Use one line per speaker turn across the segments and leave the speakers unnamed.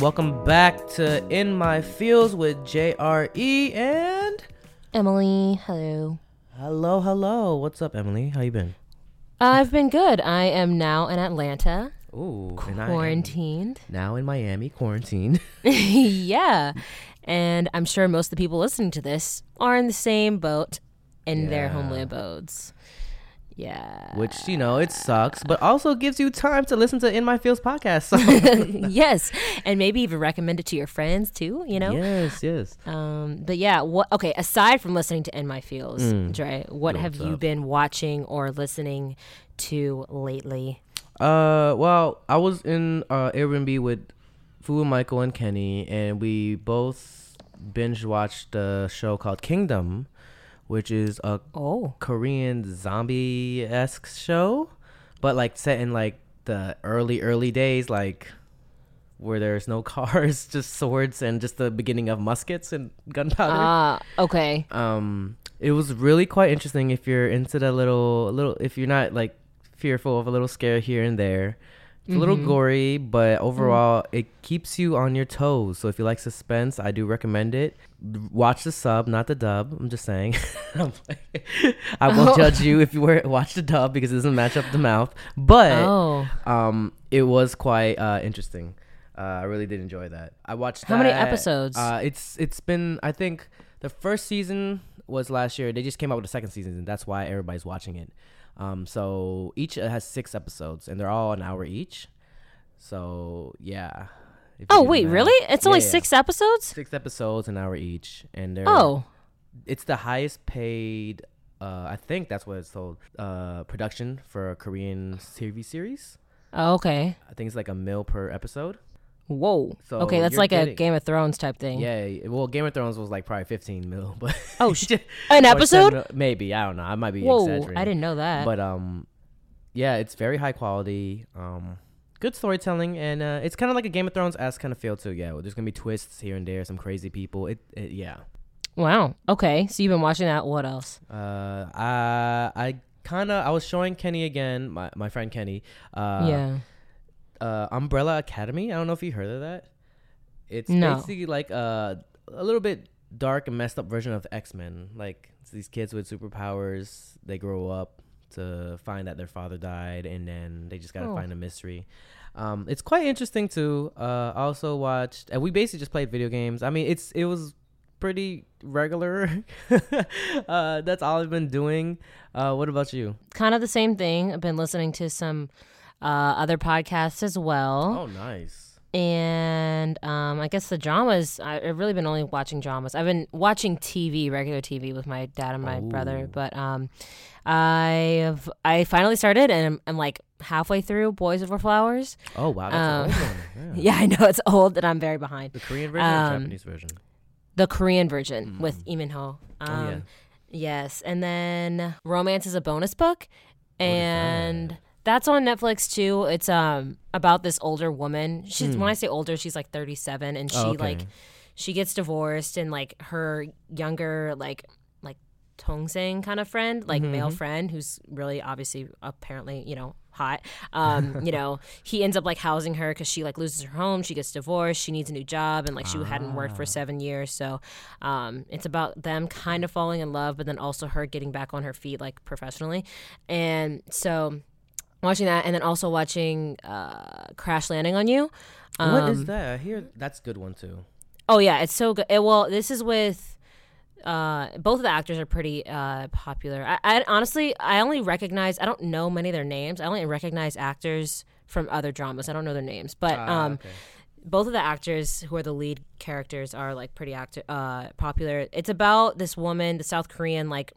Welcome back to In My Fields with JRE and
Emily, hello.
Hello, hello. What's up, Emily? How you been?
I've been good. I am now in Atlanta,
Ooh, and I am
quarantined.
now in Miami, quarantined.
yeah. And I'm sure most of the people listening to this are in the same boat in their
Yeah.
homely abodes. Yeah.
Which, you know, it sucks, but also gives you time to listen to In My Fields podcast. So.
yes. And maybe even recommend it to your friends too, you know?
Yes, yes.
Um, but yeah, what okay, aside from listening to In My Fields, Dre, what have you been watching or listening to lately?
Uh, well, I was in uh, Airbnb with Fu, Michael, and Kenny, and we both binge watched a show called Kingdom, which is a
Oh.
Korean zombie esque show, but like set in like the early early days, like where there's no cars, just swords, and just the beginning of muskets and gunpowder.
Ah, okay.
um, it was really quite interesting if you're into the little little if you're not like fearful of a little scare here and there. It's a little
Mm-hmm.
gory,
Mm.
but overall it keeps you on your toes. So if you like suspense, I do recommend it. Watch the sub, not the dub. I'm just saying. I'm like- I won't
Oh.
judge you if you were watch the dub because it doesn't match up the mouth. But
Oh.
um, it was quite uh, interesting. Uh, I really did enjoy that. I watched
How many
that,
episodes?
Uh, it's it's been I think the first season was last year. They just came out with the second season, and that's why everybody's watching it. Um, so each has six episodes, and they're all an hour each. So yeah. If you
Oh
do the
wait,
math-
really? It's
Yeah,
only
yeah.
six episodes?
Six episodes, an hour each, and they're
Oh.
it's the highest paid. Uh, I think that's what it's told. Uh, production for a Korean TV series.
Oh, okay.
I think it's like a mil per episode.
Whoa.
So
okay, that's
you're
like a
getting-
Game of Thrones type thing.
Yeah, y- well, Game of Thrones was like probably 15 mil, but
Mm. Oh, sh-
Or
An
10
episode?
mil- maybe I don't know. I might be
Whoa,
exaggerating.
I didn't know that.
But um, yeah, it's very high quality. Um, good storytelling, and uh, it's kind of like a Game of Thrones esque kind of feel too. Yeah, well, there's gonna be twists here and there, some crazy people. It, it yeah.
wow. Okay, so you've been watching that. What else?
Uh, I I kind of I was showing Kenny again, my my friend Kenny. Uh,
yeah.
uh, Umbrella Academy. I don't know if you heard of that. It's
No.
basically like a a little bit dark and messed up version of X Men. Like it's these kids with superpowers, they grow up to find that their father died, and then they just gotta
Oh.
find a mystery. Um, it's quite interesting too. Uh, I also watched, and we basically just played video games. I mean, it's it was pretty regular. uh, that's all I've been doing. Uh, what about you?
Kind of the same thing. I've been listening to some uh, other podcasts as well,
Oh, nice.
and um, I guess the dramas. I, I've really been only watching dramas. I've been watching TV, regular TV, with my dad and my
Oh.
brother. But um, I've I finally started, and I'm, I'm like halfway through Boys Over Flowers.
Oh, wow. That's a old one. Yeah.
Yeah, I know it's old, and I'm very behind.
The Korean version or
Um,
Japanese version?
the Korean version with Eamon Ho.
Mm.
Um,
Oh, yeah.
Yes. And then Romance is a bonus book. And that's on Netflix too. It's um about this older woman. She's when I say older, she's like 37 and she
Hmm. Oh, okay.
like she gets divorced and like her younger like like Tongsing kind of friend, like male friend who's really obviously apparently, you know, hot. Um, you know, he ends up like housing her cuz she like loses her home, she gets divorced, she needs a new job and like she hadn't worked for 7 years. So, um, it's about them kind of falling in love but then also her getting back on her feet like professionally. And so watching that and then also watching uh, Crash Landing on You.
what
um,
is that? I hear that's a good one too.
Oh yeah, it's so good. It, well, this is with uh, both of the actors are pretty uh, popular. I, I honestly, I only recognize. I don't know many of their names. I only recognize actors from other dramas. I don't know their names, but
Ah,
um, both of the actors who are the lead characters are like pretty actor uh, popular. It's about this woman, the South Korean like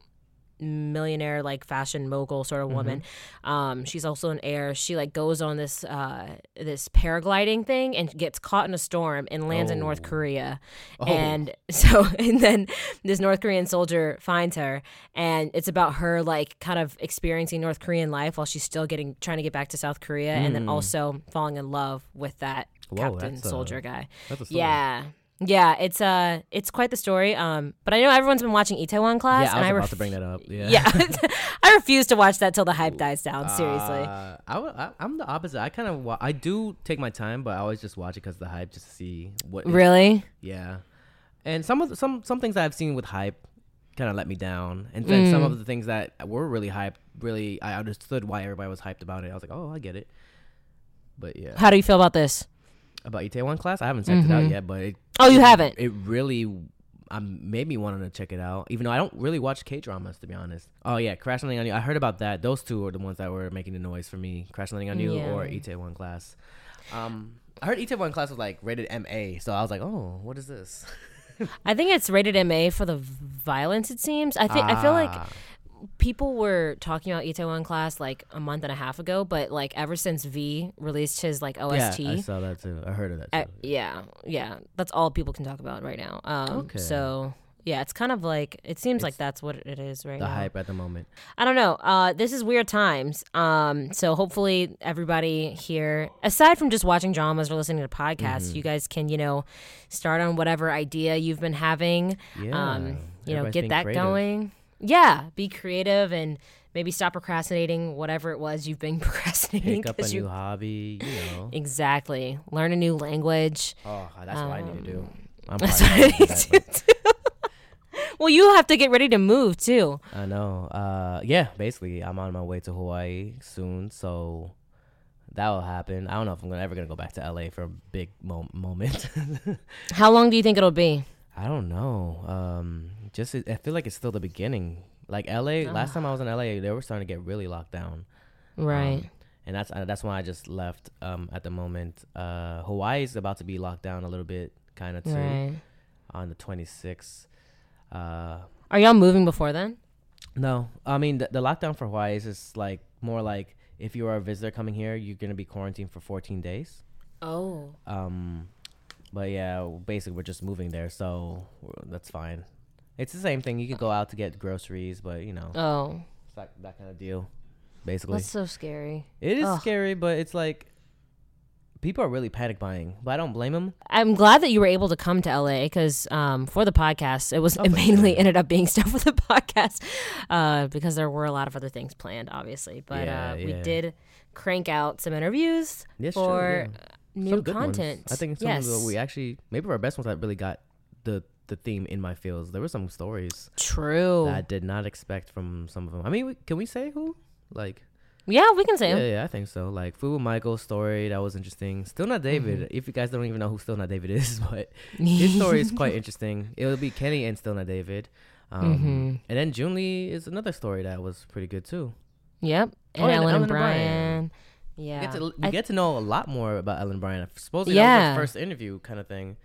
millionaire like fashion mogul sort of woman
Mm-hmm.
um she's also an heir she like goes on this uh this paragliding thing and gets caught in a storm and lands in north
Oh.
korea
Oh.
and so and then this north korean soldier finds her and it's about her like kind of experiencing north korean life while she's still getting trying to get back to south
Mm.
korea and then also falling in love with that
Whoa,
captain
that's a-
soldier guy
That's a
yeah Yeah, it's uh, it's quite the story. Um, but I know everyone's been watching Itaewon Class,
yeah, I was
and I
about
ref-
to bring that up. Yeah.
yeah, I refuse to watch that till the hype dies down. Seriously,
Uh, I, w- I I'm the opposite. I kind of wa- I do take my time, but I always just watch it because the hype, just to see what. it-
really?
yeah, and some of the, some some things that I've seen with hype kind of let me down, and then
Mm.
some of the things that were really hyped, really I understood why everybody was hyped about it. I was like, oh, I get it. But yeah,
How do you feel about this?
about Itaewon class, I haven't checked it out yet, but it,
Oh, you haven't.
it really um, made me want to check it out. Even though I don't really watch K dramas, to be honest. Oh yeah, Crash Landing on You. I heard about that. Those two are the ones that were making the noise for me. Crash Landing on You
Yeah.
or Itaewon Class. Um, I heard Itaewon Class was like rated MA, so I was like, oh, what is this?
I think it's rated MA for the violence. It seems. I think I feel like
Ah,
people were talking about Itaewon Class like a month and a half ago, but like ever since V released his like OST,
Yeah, I saw that too. I heard of that. Too.
I- Uh, yeah, yeah, that's all people can talk about right now. Um,
Okay.
So yeah, it's kind of like it seems like that's what it is right
the
now.
hype at the moment.
I don't know. Uh, this is weird times. Um, so hopefully everybody here, aside from just watching dramas or listening to podcasts,
Mm-hmm.
you guys can you know start on whatever idea you've been having.
Yeah,
um, you know,
everybody's
get
being
that
creative.
going. Yeah, be creative and maybe stop procrastinating whatever it was you've been procrastinating.
Pick up a
'cause you-
new hobby. You know.
exactly. Learn a new language.
Oh, that's what I need to do. I'm
Um, That's what
probably
I
gonna do
need
that,
to
but-
do. well, you have to get ready to move too.
I know. Uh, yeah, basically, I'm on my way to Hawaii soon, so that will happen. I don't know if I'm gonna, ever gonna go back to LA for a big mo- moment.
How long do you think it'll be?
I don't know. Um, just it, I feel like it's still the beginning. Like LA, last time I was in LA, they were starting to get really locked down.
Right.
Um, and that's uh, that's why I just left. Um, at the moment, uh, Hawaii is about to be locked down a little bit, kind of too,
right.
on the 26th. Uh,
Are y'all moving before then?
No, I mean the, the lockdown for Hawaii is just like more like if you are a visitor coming here, you're gonna be quarantined for 14 days.
Oh.
Um, but yeah, w- basically we're just moving there, so w- that's fine. It's the same thing. You could go out to get groceries, but you know,
Oh.
it's like that kind of deal. Basically,
That's so scary.
it is
ugh.
scary, but it's like people are really panic buying. But I don't blame them.
I'm glad that you were able to come to LA because um, for the podcast, it was
Oh,
it
for
mainly
sure.
ended up being stuff for the podcast uh, because there were a lot of other things planned, obviously. But
Yeah,
uh, we
yeah.
did crank out some interviews
Yes, sure,
for
yeah.
new
Some good ones.
content.
I think some
yes.
of the, we actually maybe our best ones that really got the the theme in my feels. There were some stories.
True.
that I did not expect from some of them. I mean, we- can we say who? Like,
yeah, we can say
yeah,
'em.
yeah, I think so. Like, Fubu Michael's story that was interesting. Still not David.
Mm-hmm.
If you guys don't even know who Still Not David is, but his story is quite interesting. It'll be Kenny and Still Not David. Um,
Mm-hmm.
And then June Lee is another story that was pretty good too.
Yep. And
Oh, yeah,
Ellen,
Ellen
and
and Brian.
Brian. Yeah.
You get to, you
I-
get to know a lot more about Ellen Bryan. Supposedly that
Yeah.
was her first interview kind of thing.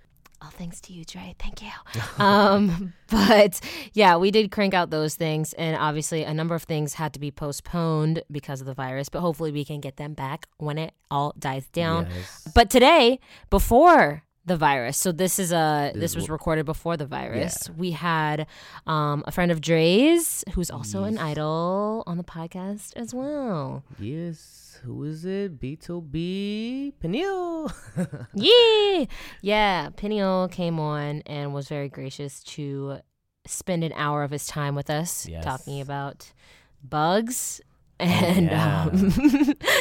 all oh, thanks to you, Dre. Thank you. um, but yeah, we did crank out those things, and obviously a number of things had to be postponed because of the virus. But hopefully, we can get them back when it all dies down.
Yes.
But today, before the virus, so this is a
This
this
is
was recorded before the virus. We had um, a friend of Dre's who's also an idol on the podcast as well.
yes. Who is it? B2B Peniel.
Yeah. Yeah. Peniel came on and was very gracious to spend an hour of his time with us
Yes. Oh,
talking about bugs and
yeah.
um,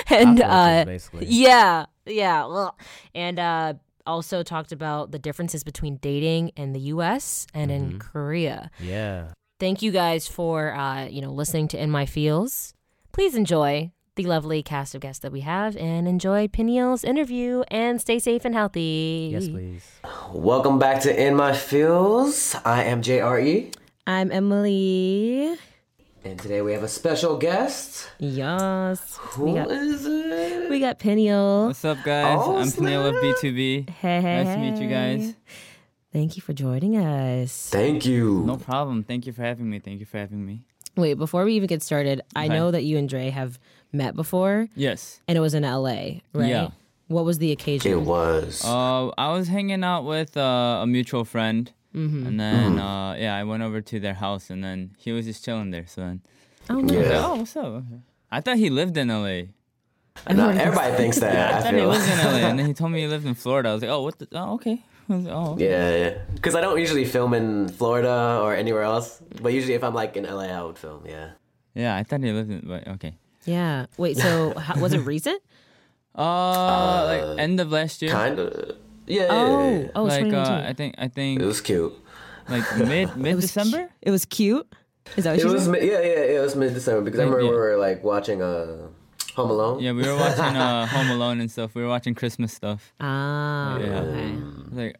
and
Cockroaches,
uh
basically.
yeah yeah well and uh also talked about the differences between dating in the US and
Mm-hmm.
in Korea.
yeah.
Thank you guys for uh you know listening to In My Feels. Please enjoy the lovely cast of guests that we have and enjoy Peniel's interview and stay safe and healthy.
Yes, please.
Welcome back to In My Feels. I am JRE,
I'm Emily.
and today we have a special guest.
Yes.
Who is it?
We got Peniel.
What's up, guys?
Oh,
I'm Peniel of B2B.
Hey, hey,
Nice to meet you guys.
Thank you for joining us.
Thank you.
No problem. Thank you for having me. Thank you for having me.
Wait, before we even get started, I
Okay.
know that you and Dre have met before,
Yes.
and it was in LA, right?
Yeah.
What was the occasion?
It was.
Uh, I was hanging out with uh, a mutual friend, and then
Mm-hmm.
uh, yeah, I went over to their house, and then he was just chilling there. So then,
oh, no.
Yeah.
oh, what's up? Okay. I thought he lived in LA.
Not everybody thinks that.
I
I
thought he
feel.
lived in LA, and then he told me he lived in Florida. I was like, oh, what? The? Oh, okay. I was like, oh, okay.
Yeah, yeah. Because I don't usually film in Florida or anywhere else, but usually if I'm like in LA, I would film. Yeah.
yeah. I thought he lived in, but okay.
Yeah. Wait. So how, was it recent?
Uh, like end of last year.
Uh, Kind of. Yeah. yeah, yeah, yeah.
Oh. Oh, it's
like
2019.
uh, I think I
It
think
was cute.
like mid mid December.
It was cute. Is that what
It
you
was
said?
mi- yeah, yeah, yeah, it was mid December because I remember
yeah.
we were like watching uh, Home Alone.
Yeah, we were watching uh, Home Alone and stuff. We were watching Christmas stuff.
Ah.
Yeah.
Okay.
Mm.
Like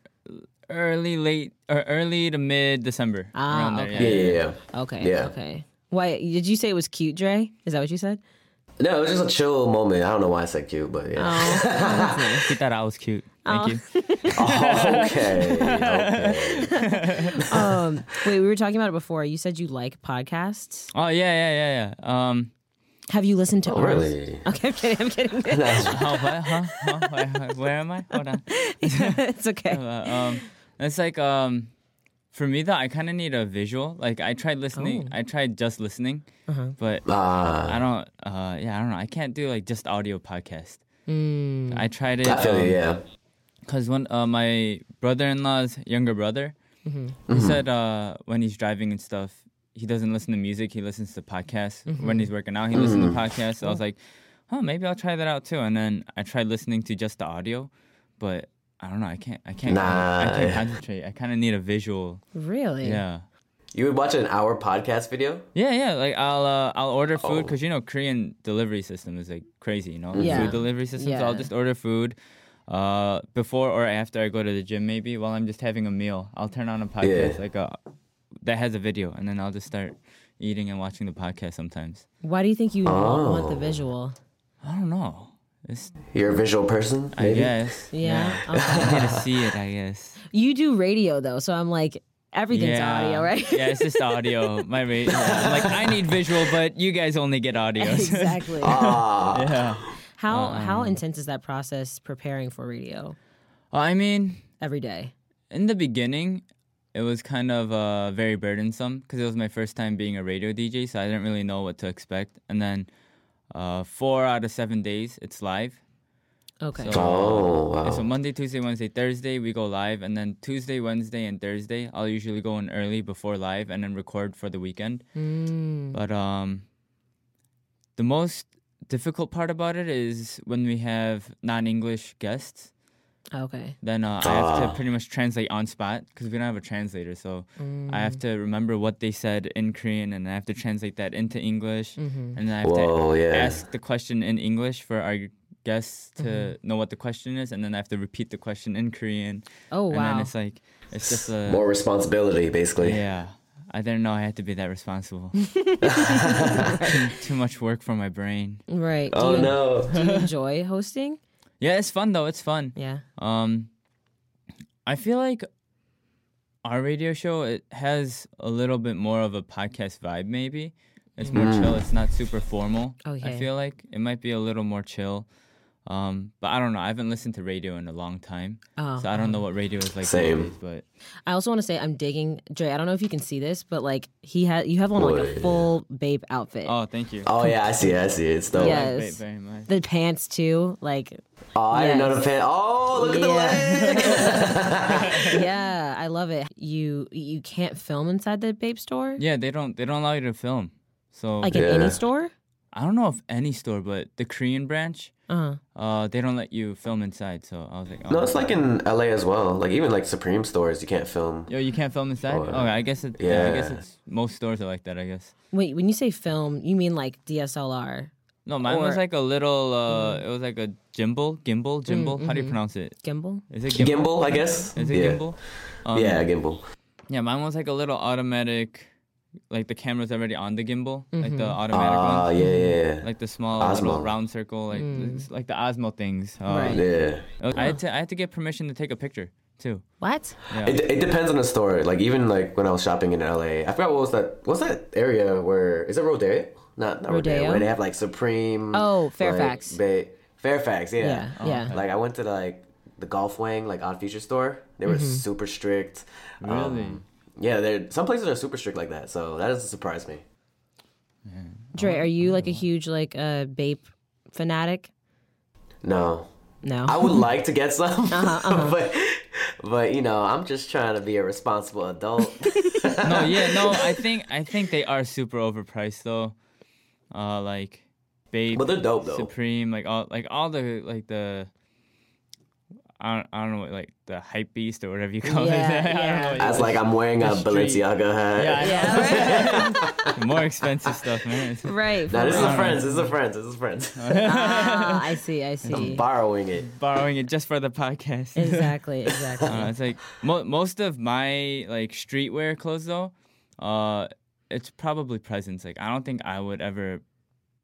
early, late, or early to mid December.
Ah,
around there,
Yeah,
okay.
yeah.
yeah, yeah.
Okay.
Yeah.
Okay. Why did you say it was cute, Dre? Is that what you said?
No, it was just a chill moment. I don't know why I said cute, but yeah.
He thought I was cute.
Oh.
Thank you.
okay. okay.
Um, wait, we were talking about it before. You said you like podcasts.
Oh yeah, yeah, yeah, yeah. Um,
Have you listened to ours?
Oh, Really?
Okay, I'm kidding. I'm kidding.
how, what, huh? Huh? Where- where- where am I? Hold on.
it's okay.
Uh, um, it's like um, for me though, I kind of need a visual. Like I tried listening,
Oh.
I tried just listening,
Uh-huh.
but
Ah,
I don't. Uh, yeah, I don't know. I can't do like just audio podcast.
Mm,
I tried it.
I feel
um,
you. Yeah.
Cause when uh, my brother-in-law's younger brother, he said uh, when he's driving and stuff, he doesn't listen to music. He listens to podcasts. When he's working out, he listens to podcasts. So I was like, oh, maybe I'll try that out too. And then I tried listening to just the audio, but I don't know. I can't. I can't. I can't
Nah.
concentrate. I kind of need a visual.
Really?
Yeah.
You would watch an hour podcast video?
Yeah, yeah. Like I'll uh, I'll order food because you know Korean delivery system is like crazy. You know,
Yeah.
food delivery system. So I'll
Yeah.
just order food. Uh, before or after I go to the gym, maybe while I'm just having a meal, I'll turn on a podcast
Yeah.
like a that has a video, and then I'll just start eating and watching the podcast. Sometimes
Why do you think you
Oh.
want want the visual?
I don't know. It's,
You're a visual person?
I guess.
Yeah. Okay.
I need to see it. I guess.
You do radio though, so I'm like everything's
yeah.
audio, right?
yeah, it's just audio. My rate. I'm like, I need visual, but you guys only get audio.
exactly.
Ah,
yeah.
How
Uh-uh.
how intense is that process preparing for radio
I mean,
every day?
in the beginning it was kind of uh, very burdensome because it was my first time being a radio dj so i didn't really know what to expect and then uh, four out of seven days it's live
Okay.
So-
oh,
And so
wow.
monday tuesday wednesday thursday we go live and then tuesday wednesday and thursday i'll usually go in early before live and then record for the weekend
Mm,
but um the most difficult part about it is when we have non-english guests
Okay.
then uh, I have
Ah.
to pretty much translate on spot because we don't have a translator. So I
Mm.
have to remember what they said in Korean and I have to translate that into English.
Mm-hmm.
And then I have
Whoa,
to
yeah.
ask the question in English for our guests to
Mm-hmm.
know what the question is. And then I have to repeat the question in Korean.
Oh
And then
wow.
it's like, it's just a.
More responsibility, basically.
yeah. I didn't know I had to be that responsible. too, too much work for my brain.
Right. Do
Oh,
you,
no.
do you enjoy hosting?
Yeah, it's fun though. It's fun.
Yeah.
Um, I feel like our radio show it has a little bit more of a podcast vibe. Maybe it's more
Mm.
chill. It's not super formal.
Okay.
I feel like it might be a little more chill. Um, but I don't know. I haven't listened to radio in a long time,
Oh.
so I don't know what radio is like.
Same.
nowadays, but
I also want to say I'm digging Dre. I don't know if you can see this, but like he had you have on like a full babe outfit.
oh, thank you.
Oh, yeah, I see it. I see it. It's
Yeah.
the.
Thank you
Eh, yes.
very much.
The pants too, like
Oh, I didn't know the
Yes.
fan. Oh, look at the
Yeah.
leg.
yeah, I love it. You you can't film inside the babe store,
Yeah, they don't they don't allow you to film. So
like in
Yeah.
any store.
I don't know if any store, but the Korean branch,
Uh-huh.
uh, they don't let you film inside. So I was like, oh.
No, it's like in LA as well. Like even like Supreme stores, you can't film.
Yo, you can't film inside. Oh,
Or-
I guess it. Yeah. I guess
Yeah.
it's most stores are like that. I guess.
Wait, when you say film, you mean like DSLR
No, mine was
Or-
like a little. Uh, It was like a gimbal, gimbal, gimbal. How do you pronounce it?
gimbal?
Is it gimbal?
Gimbal, I guess.
Is it
yeah.
gimbal? Um,
Yeah, gimbal.
Yeah, mine was like a little automatic. Like the camera's already on the gimbal, like the automatic
Ah,
ones,
yeah, yeah,
like the small little
Osmo.
round circle, like it's like the Osmo things. Uh,
yeah.
Right.
yeah.
I had to I had to get permission to take a picture too.
What?
It, it depends on the store. Like even like when I was shopping in LA, I forgot what was that. What's that area where is it Rodeo? Not, not Rodeo.
Rodeo?
Where they have like Supreme.
Oh,
like,
Fairfax.
Bay, Fairfax, yeah.
Yeah,
Oh,
yeah.
Like I went to like the Golf Wang, like Odd Future store. They were
Mm-hmm.
super strict. Um,
Really?
yeah, they're some places are super strict like that. So that doesn't surprise me.
Dre, are you
Oh.
like a huge like uh, babe fanatic? No.
No.
Uh-huh,
I would like to get some, but but you know, I'm just trying to be a responsible adult.
no, yeah, no. I think I think they are super overpriced though. Uh, like Babe,
But they're dope, though.
Supreme, like all like all the like the. I don't, I don't know what like the hype beast or whatever you call
Yeah,
it. I don't know
That's
what
like I'm wearing
The
a
street.
Balenciaga hat.
Yeah, I
Yeah,
know. more expensive stuff, man.
right.
Now
right.
this is friends. This is friends. This is friends.
Ah, I see. I see.
Borrowing it.
Borrowing it just for the podcast.
Exactly. Exactly.
Uh, it's like mo- most of my like streetwear clothes though, uh, it's probably presents. Like I don't think I would ever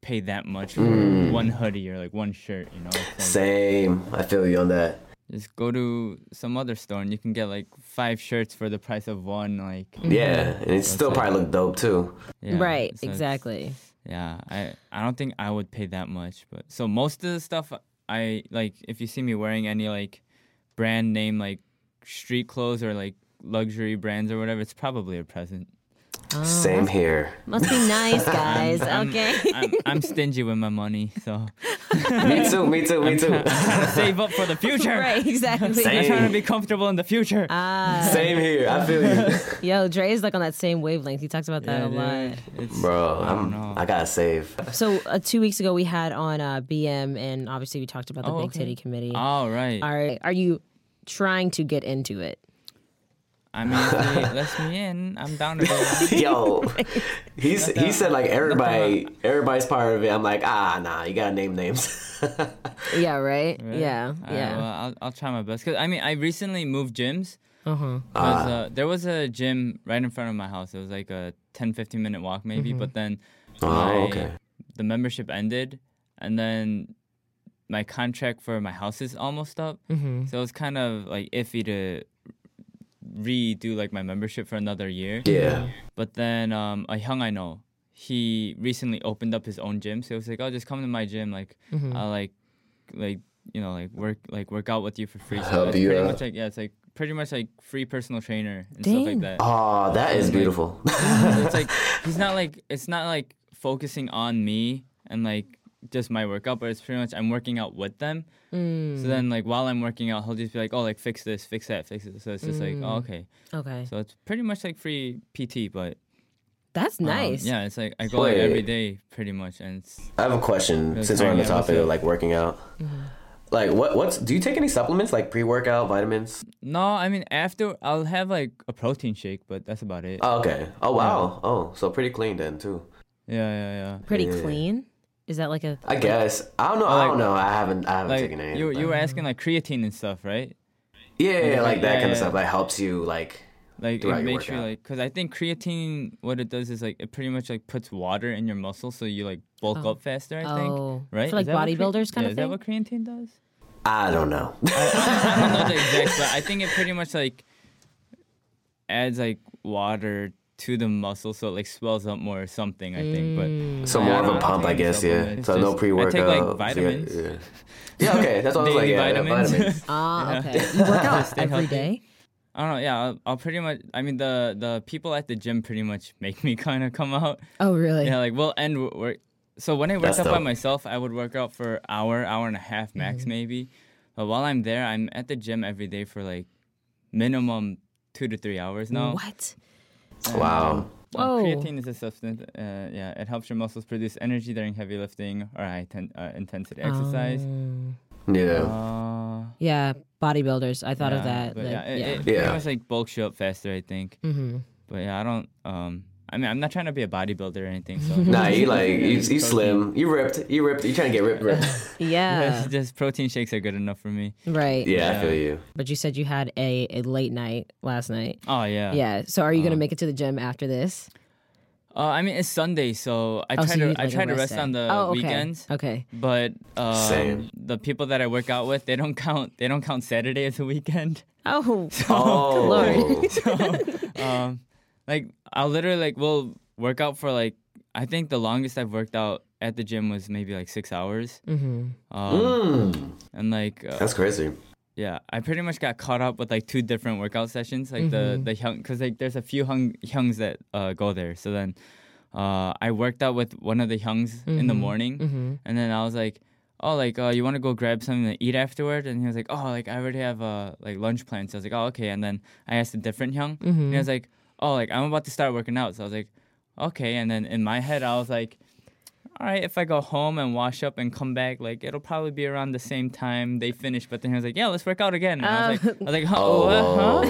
pay that much for one hoodie or like one shirt. You know, It's like,
Same. I feel you on that.
just go to some other store and you can get like five shirts for the price of one. Like
Yeah, and it still probably look dope too.
yeah,
right.
so it's-
exactly.
Yeah, I I don't think I would pay that much, but so most of the stuff I like if you see me wearing any like brand name like street clothes or like luxury brands or whatever, it's probably a present. Oh.
Same here.
Oh, Must be nice, guys.
I'm-
okay.
I'm, I'm stingy with my money, so
Me too. Me too. Me too.
save up for the future.
right. Exactly.
I'm
Same.
trying to be comfortable in the future.
Same here. I feel you,
Yo, Dre is like on that same wavelength. He talks about that a lot.
It's,
bro.
I don't
I'm.
know.
I gotta save.
So uh, two weeks ago we had on uh, BM, and obviously we talked about the
Oh,
Big
okay.
Titty Committee.
All right.
are are you trying to get into it?
I mean, if they let me in. I'm down to go.
Yo, he's he said like everybody, everybody's part of it. I'm like, ah, nah. You gotta name names.
Yeah. Right. Yeah.
All right,
Yeah.
well, I'll, I'll try my best. Cause I mean, I recently moved gyms.
Uh-huh.
'Cause, uh, there was a gym right in front of my house. It was like a 10, 15 minute walk, maybe.
Mm-hmm.
But then my-
oh, okay.
the membership ended, and then my contract for my house is almost up. So it was kind of like iffy to redo like my membership for another year.
Yeah.
But then um, a young I know, he recently opened up his own gym. So he was like, "Oh, just come to my gym. Like, I'll like, like you know, like work like work out with you for free." So
Help
it's
you
pretty
out.
much like yeah, it's like pretty much like free personal trainer and stuff
Dang.
like that.
Oh, that is
like-
beautiful.
it's like he's not like it's not like focusing on me and like just my workout, but it's pretty much I'm working out with them.
Mm,
So then like while I'm working out, he'll just be like, "Oh, like fix this, fix that, fix it." So it's just like, "Oh, okay."
Okay.
So it's pretty much like free PT, but
That's
um,
nice.
yeah, it's like I go like
Wait.
every day pretty much, and it's,
I have a question since we're on the
kinda,
topic
okay.
of like working out.
Mm-hmm.
Like what? What's do you take any supplements like pre workout vitamins?
no, I mean after I'll have like a protein shake, but that's about it.
Oh, okay. Oh wow. Oh, so pretty clean then too.
yeah, yeah, yeah.
Pretty clean. Is that like a?
I guess. I don't know. I don't know. I haven't. I haven't
Like
taken any.
you,
but-
you were asking like creatine and stuff, right?
yeah, yeah, yeah, like that
yeah,
kind
yeah.
of stuff that helps you like.
Like
throughout
it
your
makes you
workout.
like because I think creatine, what it does is like it pretty much like puts water in your muscles, so you like bulk up faster. I
Oh.
think, right?
For, like,
Is that what crea-
bodybuilders kinda
yeah, Is that
thing?
what creatine does?
I don't know.
I don't know the exact, but I think it pretty much like adds like water to the muscle, so it like swells up more or something. I think,
Mm.
but
so
Yeah,
more
I
of
don't
a
know.
pump, I guess. Yeah.
It's
So
just- I
no
take,
pre workout.
like, vitamins.
Yeah, yeah. Yeah, okay. That's what I was like.
Daily
Yeah, vitamins.
vitamins.
Ah. Okay. You work out
Stay
every
healthy.
day.
I don't know. Yeah, I'll, I'll pretty much. I mean, the the people at the gym pretty much make me kind of come out.
Oh really?
Yeah, like we'll end wo- work. So when I worked
That's
out by
dope.
myself, I would work out for hour, hour and a half max
Mm-hmm.
maybe. But while I'm there, I'm at the gym every day for like minimum two to three hours now.
What?
Wow.
Uh,
Whoa.
creatine is a substance. Uh, yeah, it helps your muscles produce energy during heavy lifting or high ten- uh, intensity exercise.
Um, Oh.
Yeah.
Uh,
Yeah. Bodybuilders. I thought
yeah,
of that.
but
like,
yeah, it,
yeah.
it pretty
Yeah.
much like bulks you up faster, I think.
Mm-hmm.
Mhm.
But yeah, I don't. Um, I mean, I'm not trying to be a bodybuilder or anything. So
Nah, you like
Yeah,
you,
just
you
protein.
slim, you ripped, you ripped, you trying to get ripped, ripped.
yeah.
just protein shakes are good enough for me.
Right.
Yeah, I feel you.
But you said you had a, a late night last night.
Oh yeah. Uh-huh.
Yeah. So are you gonna make it to the gym after this?
Uh, I mean, it's Sunday, so I
Oh,
try
so you
to
need,
I
like, a
try to
rest
rest
day.
on the
Oh, okay.
weekends.
Okay.
But um,
Same.
the people that I work out with, they don't count. They don't count Saturday as a weekend.
Oh.
Oh,
Lord.
um, like I'll literally like we'll work out for like I think the longest I've worked out at the gym was maybe like six hours.
Mm-hmm.
Um,
Mm,
And like uh,
that's crazy.
yeah, I pretty much got caught up with like two different workout sessions. Like the the hyung, because like there's a few hung hyungs that uh, go there. So then uh, I worked out with one of the hyungs in the morning, and then I was like, oh, like uh, you want to go grab something to eat afterward? And he was like, oh, like I already have uh, like lunch plans. So I was like, oh, okay. And then I asked a different young, and he was like, oh, like I'm about to start working out. So I was like, okay. And then in my head, I was like, all right, if I go home and wash up and come back, like it'll probably be around the same time they finish. But then he was like, yeah, let's work out again. And I was like, I was like, huh,
Oh,
what, huh? I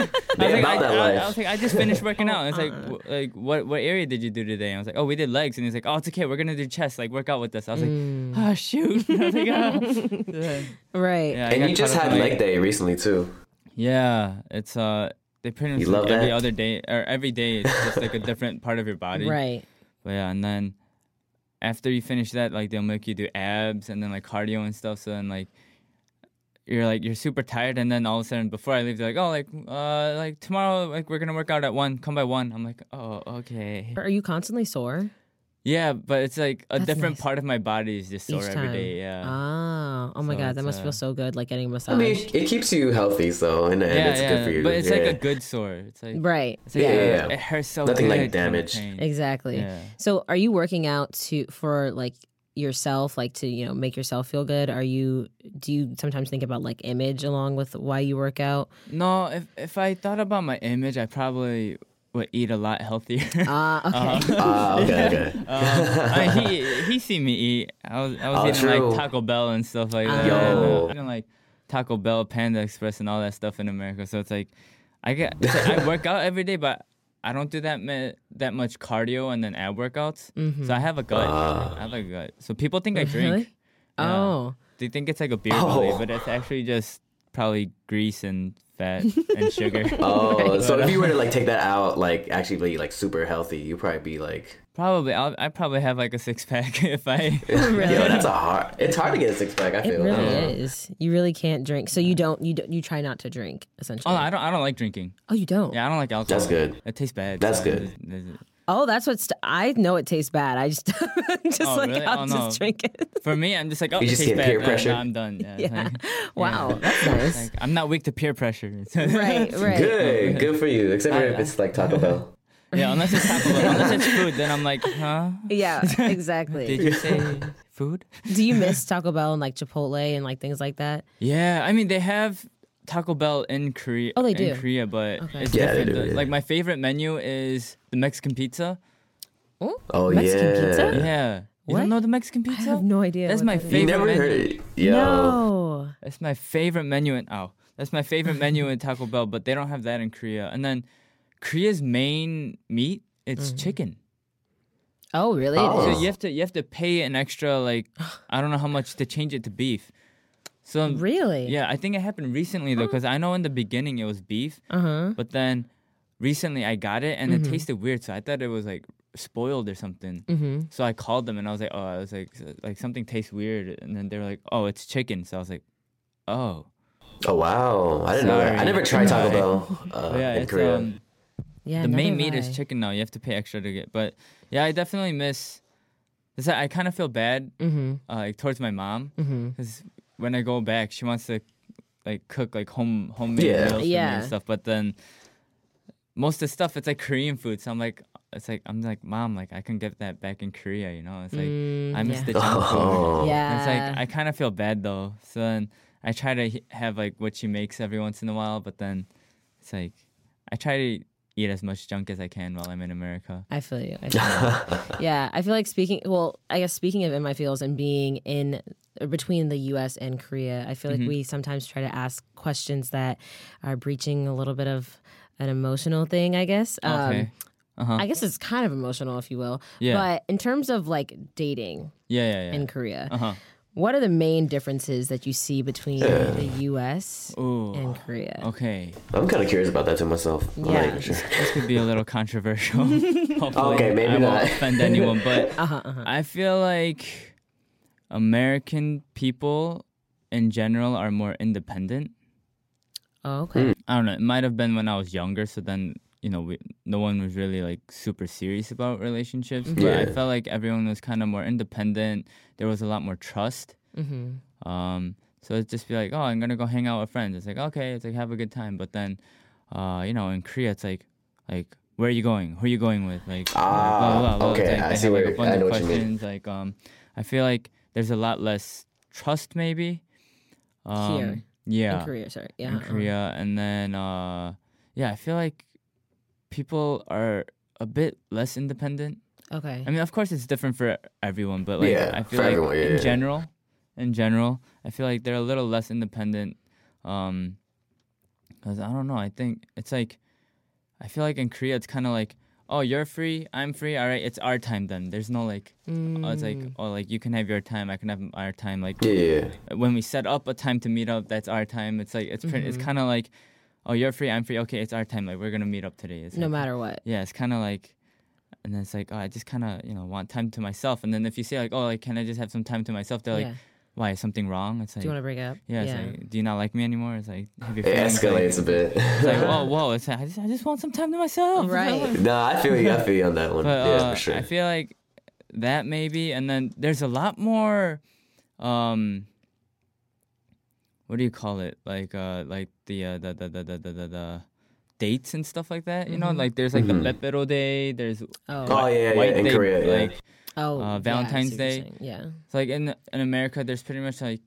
was,
they
like,
about
I,
that
I- I
life.
was like, I just finished working out. And it's like, w- like what what area did you do today? And I was like, oh, we did legs. And he's like, oh, it's okay. We're gonna do chest. Like work out with us. I was like, oh shoot. I was like, "Ah." yeah.
Right.
Yeah, I
and
got
you just
caught up
had
in,
leg day recently too.
Yeah, it's uh, they pretty much
You love
like, every
that?
other day or every day. It's just like a different part of your body.
Right.
But yeah, and then after you finish that, like they'll make you do abs and then like cardio and stuff. So then like you're like you're super tired, and then all of a sudden before I leave, they're like, oh, like uh, like tomorrow, like we're gonna work out at one. Come by one. I'm like, oh, okay.
Are you constantly sore?
Yeah, but it's like a
That's
different
nice.
part of my body is just sore
Each
every
time.
day. Yeah.
Oh, oh my
So
god, that
it's,
must
uh,
feel so good, like getting a massage.
I mean, it keeps you healthy, so in the end,
yeah,
it's
yeah,
good for you.
but it's
yeah.
like a good sore. It's like
right,
It's like,
Yeah,
uh,
yeah, yeah.
It hurts so
Nothing
good
like
from the
damage.
pain.
exactly.
Yeah.
So, are you working out to for like yourself, like to you know make yourself feel good? Are you do you sometimes think about like image along with why you work out?
No, if if I thought about my image, I probably would eat a lot healthier.
Ah,
Uh,
okay,
Ah, okay, okay.
Um, I mean, he he seen me eat. I was I was
Oh,
eating
true.
like Taco Bell and stuff like that.
Yo.
And, uh, eating like Taco Bell, Panda Express, and all that stuff in America. So it's like I get it's like I work out every day, but I don't do that ma- that much cardio and then ab workouts. So I have a gut.
Ah.
I have a gut. So people think I drink.
Really?
Yeah.
Oh,
They think it's like a beer belly,
Oh.
but it's actually just probably grease and fat and sugar.
Oh, so if you were to like take that out, like actually be like super healthy, you'd probably be like,
Probably, I'll, I probably have like a six pack if I.
yo, that's a hard. It's hard to get a six pack. I
it
feel. Um, I
really
don't know.
is. You really can't drink, so you don't. You don't, you try not to drink essentially.
Oh, I don't. I don't like drinking.
Oh, you don't.
Yeah, I don't like alcohol.
That's good.
It tastes bad.
That's
so
good.
there's- there's-
Oh, that's what's. I know it tastes bad. I just, just
Oh,
like
really?
I'll
Oh,
just
no.
drink it.
For me, I'm just like, oh,
You
it
just
tastes
get
bad.
peer
Uh,
pressure?
no, I'm done. Yeah. it's like-
Wow, that's nice.
like, I'm not weak to peer pressure.
right, right.
Good, good for you. Except for if it's like Taco Bell.
yeah, unless it's Taco Bell. Unless it's food, then I'm like, huh?
Yeah,
Did
exactly.
you say food?
Do you miss Taco Bell and like Chipotle and like things like that?
Yeah, I mean they have Taco Bell in Korea.
Oh, they
in
do?
Korea, but it's
Yeah, they
different.
do, yeah.
Like my favorite menu is the Mexican pizza.
Oh
Mexican
yeah.
pizza?
Yeah, you
What?
don't know the Mexican pizza?
I have no idea.
That's
what
my
that is.
You
favorite
never
menu.
heard it? Yo.
No.
That's my favorite menu in oh, that's my favorite menu in Taco Bell, but they don't have that in Korea. And then Korea's main meat it's
Mm-hmm.
chicken.
Oh, really?
Oh.
So you have to you have to pay an extra like I don't know how much to change it to beef. So
Really?
yeah, I think it happened recently though, because I know in the beginning it was beef, uh-huh. Mm-hmm. but then recently I got it and it tasted weird, so I thought it was like spoiled or something. Mm-hmm. So I called them and I was like, oh, I was like, s- like something tastes weird, and then they were like, oh, it's chicken. So I was like, oh,
Oh wow. I didn't know that. I
Sorry.
never tried Taco Bell uh,
yeah,
in
it's,
Korea.
um,
Yeah.
the
neither
main meat
have I.
is chicken now. You have to pay extra to get. But yeah, I definitely miss. Is that I kind of feel bad
Mm-hmm.
uh, like towards my mom because when I go back, she wants to like cook like home homemade
Yeah.
meals for me
Yeah.
and stuff. But then most of the stuff it's like Korean food, so I'm like. It's like I'm like mom, like I can get that back in Korea, you know. It's like I miss
Mm, yeah.
the junk food.
Oh.
Yeah.
And It's like
Uh,
I kind of feel bad though. So then I try to h- have like what she makes every once in a while, but then it's like I try to eat as much junk as I can while I'm in America.
I feel you. I feel you. yeah, I feel like speaking. Well, I guess speaking of in my fields and being in or between the U.S. and Korea, I feel like we sometimes try to ask questions that are breaching a little bit of an emotional thing. I guess. Um,
Okay.
I guess it's kind of emotional, if you will.
Yeah.
But in terms of like dating
Yeah, yeah, yeah.
in Korea,
Uh-huh.
what are the main differences that you see between the U.S.
Ooh. Uh-huh.
and Korea?
Okay.
I'm kind of curious about that to myself. I'm not
Yeah.
even sure.
This could be a little controversial. Hopefully
Okay, maybe
I
not.
won't offend anyone, but
Uh-huh,
I feel like American people in general are more independent.
Oh, okay.
I don't know. It might have been when I was younger. So then, you know, we, no one was really like super serious about relationships. But I
Yeah.
felt like everyone was kind of more independent. There was a lot more trust. Mm-hmm. Um, so it'd just be like, oh, I'm going to go hang out with friends. It's like, okay, it's like, have a good time. But then, uh, you know, in Korea, it's like, like, where are you going? Who are you going with? Like,
Ah,
blah, blah, blah, blah. It's
okay,
like
I
they
see
have,
where
like,
you-
a bunch
I
of
know what you mean.
questions. Like, um, I feel like there's a lot less trust maybe. Um,
Here.
Yeah.
in Korea, sorry. Yeah.
in
uh-uh.
Korea, and then uh, yeah, I feel like people are a bit less independent.
Okay.
I mean, of course, it's different for everyone, but like
Yeah,
I feel
for
like
everyone, yeah,
in
yeah.
general, in general, I feel like they're a little less independent. Um, cause I don't know, I think it's like, I feel like in Korea, it's kind of like, oh, you're free, I'm free. All right, it's our time then. There's no like, oh, it's like, oh, like you can have your time, I can have our time. Like,
Yeah, yeah, yeah.
when we set up a time to meet up, that's our time. It's like it's pretty,
Mm-hmm.
it's kind of like, oh, you're free, I'm free. Okay, it's our time. Like we're gonna meet up today. It's
no
like-
matter what.
Yeah, it's kind of like, and then it's like, oh, I just kind of you know want time to myself. And then if you say like, oh, like can I just have some time to myself? They're like,
Yeah.
why is something wrong? It's like,
Do you want to break up?
yeah, it's like, do you not like me anymore? It's like, have your
It
feelings, like-
escalates a bit.
It's like, whoa, whoa. It's like, I just, I just want some time to myself.
right.
nah, I feel you. I feel you on that one.
But
yeah,
uh,
for sure.
I feel like that maybe, and then there's a lot more. Um, what do you call it? Like uh, like the uh, the, the, the the the the the dates and stuff like that. You
Mm-hmm.
know, like there's like the Pepero Day. There's
Oh.
Oh, Mm-hmm. yeah, yeah,
White
in
Day,
Korea, yeah.
Like
Oh, yeah, I see what you're
uh, Valentine's Day.
saying. Yeah.
it's like in in America, there's pretty much like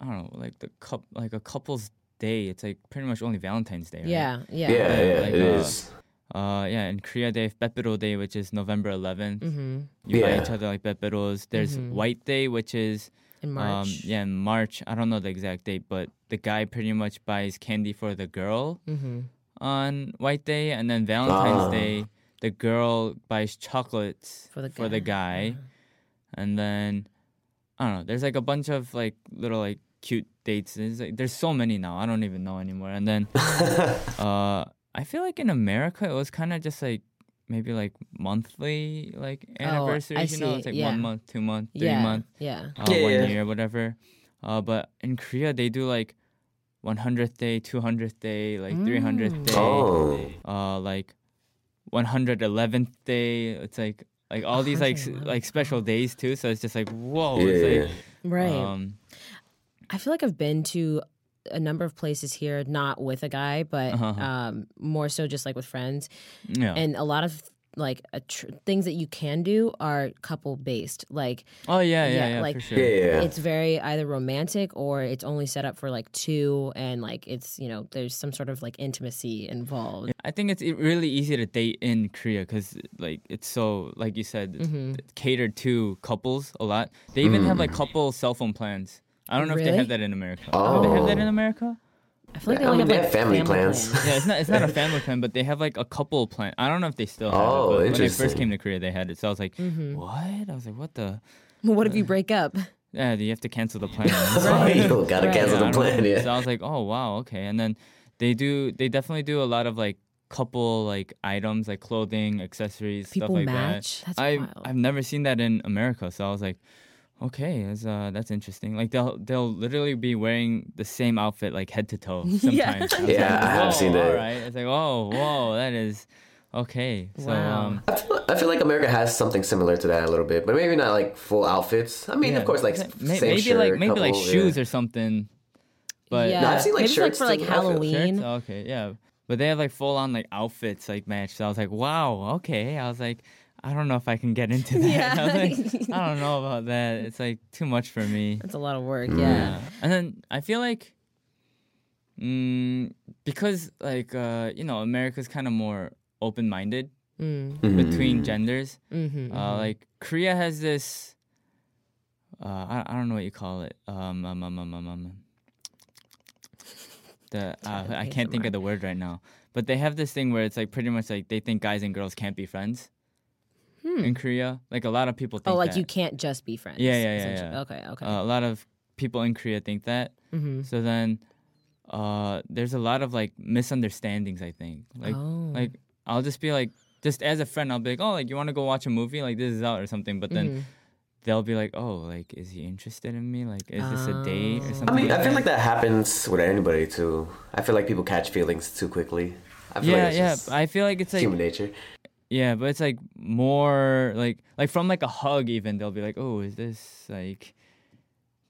I don't know, like the cup like a couple's day. It's like pretty much only Valentine's Day. Right?
Yeah. Yeah.
yeah, yeah,
like,
it
uh,
is.
Uh, yeah, in Korea they have Pepero Day, which is November 11th.
Mm-hmm.
You buy
Yeah.
each other like Peperos. There's White Day, which is
In
Um,
March.
yeah, in March. I don't know the exact date, but the guy pretty much buys candy for the girl
Mm-hmm.
on White Day, and then Valentine's
Ah.
Day, the girl buys chocolates
For the Uh-huh.
guy. and then I don't know. There's like a bunch of like little like cute dates. There's, like, there's so many now. I don't even know anymore. And then uh, I feel like in America it was kind of just like maybe like monthly like anniversaries. you know,
Oh, see.
it's like
Yeah.
one month, two month, three
yeah.
month
Yeah.
uh,
Yeah,
one
yeah.
year, whatever. Uh, but in Korea, they do like 100th day, 200th day, like
Mm.
300th day,
Oh,
uh, like 111th day. It's like like all these like s- like special days too. So it's just like whoa.
yeah, yeah.
It's like,
Right.
Um,
I feel like I've been to a number of places here, not with a guy, but
Uh-huh.
um, more so just like with friends.
yeah.
And a lot of like a tr- things that you can do are couple based. Like
oh yeah, yeah,
yeah,
yeah,
like-
for sure.
yeah, yeah, yeah.
it's very either romantic or it's only set up for like two, and like it's you know there's some sort of like intimacy involved.
I think it's e- really easy to date in Korea because like it's so like you said it's
Mm-hmm.
it's catered to couples a lot. They even have
Mm.
like couple cell phone plans. I don't know if they
Really?
have that in America. Do they have
Oh.
that in America?
I feel like they
I
only
mean,
have
they
like
have family plans.
Yeah, it's not it's not a family plan, but they have like a couple plan. I don't know if they still have it.
Oh,
But when I first
interesting.
came to Korea, they had it. So I was like, what? I was like, what the?
what if you break up?
Yeah, you have to cancel the plan.
you don't gotta
Right.
cancel
I
the
don't know.
plan. Yeah.
So I was like, oh wow, okay. And then they do they definitely do a lot of like couple like items like clothing, accessories,
People
stuff like
match?
that.
That's
I
wild.
I've never seen that in America, so I was like, okay, that's uh, that's interesting. Like they'll they'll literally be wearing the same outfit like head to toe sometimes. I was
Yeah,
like,
I have
"Whoa,
seen that."
All right, it's like oh whoa, that is okay. So
Wow.
um,
I feel, I feel like America has something similar to that a little bit, but maybe not like full outfits. I mean,
yeah.
of course, like
May-
same
maybe
shirt,
like maybe like
couple,
shoes
yeah.
or something. But
yeah,
No, I've seen, like,
maybe it's, like
shirts
for like
too. I feel-
Halloween.
Shirts? Okay, yeah. But they have like full on like outfits like matched. So I was like, wow, okay. I was like, I don't know if I can get into that. I, was like, I don't know about that. It's like too much for me.
That's a lot of work.
Mm.
Yeah.
Yeah. And then I feel like mm, because like uh, you know, America's kind of more open minded
Mm.
Mm.
between genders.
Mm-hmm.
Uh, like Korea has this uh, I, I don't know what you call it. Um, um, um, um, um, um. The, uh, I can't think of the word right now, but they have this thing where it's like pretty much like they think guys and girls can't be friends in Korea. Like a lot of people think
Hmm. Oh, like
that.
you can't just be friends.
Yeah, yeah, yeah,
essentially.
yeah.
Okay, okay. Mm-hmm.
Uh, a lot of people in Korea think that. So then, uh, there's a lot of like misunderstandings. I think like
Oh.
like I'll just be like just as a friend, I'll be like, oh, like you want to go watch a movie? Like this is out or something. But
Mm-hmm.
then they'll be like, oh, like is he interested in me? Like is this a date
Oh.
or something?
I mean, I
like
feel
that.
like that happens with anybody too. I feel like people catch feelings too quickly. I feel
Yeah,
like it's
yeah.
just
I feel like it's like
human nature.
yeah, but it's like more like like from like a hug even they'll be like, oh, is this like?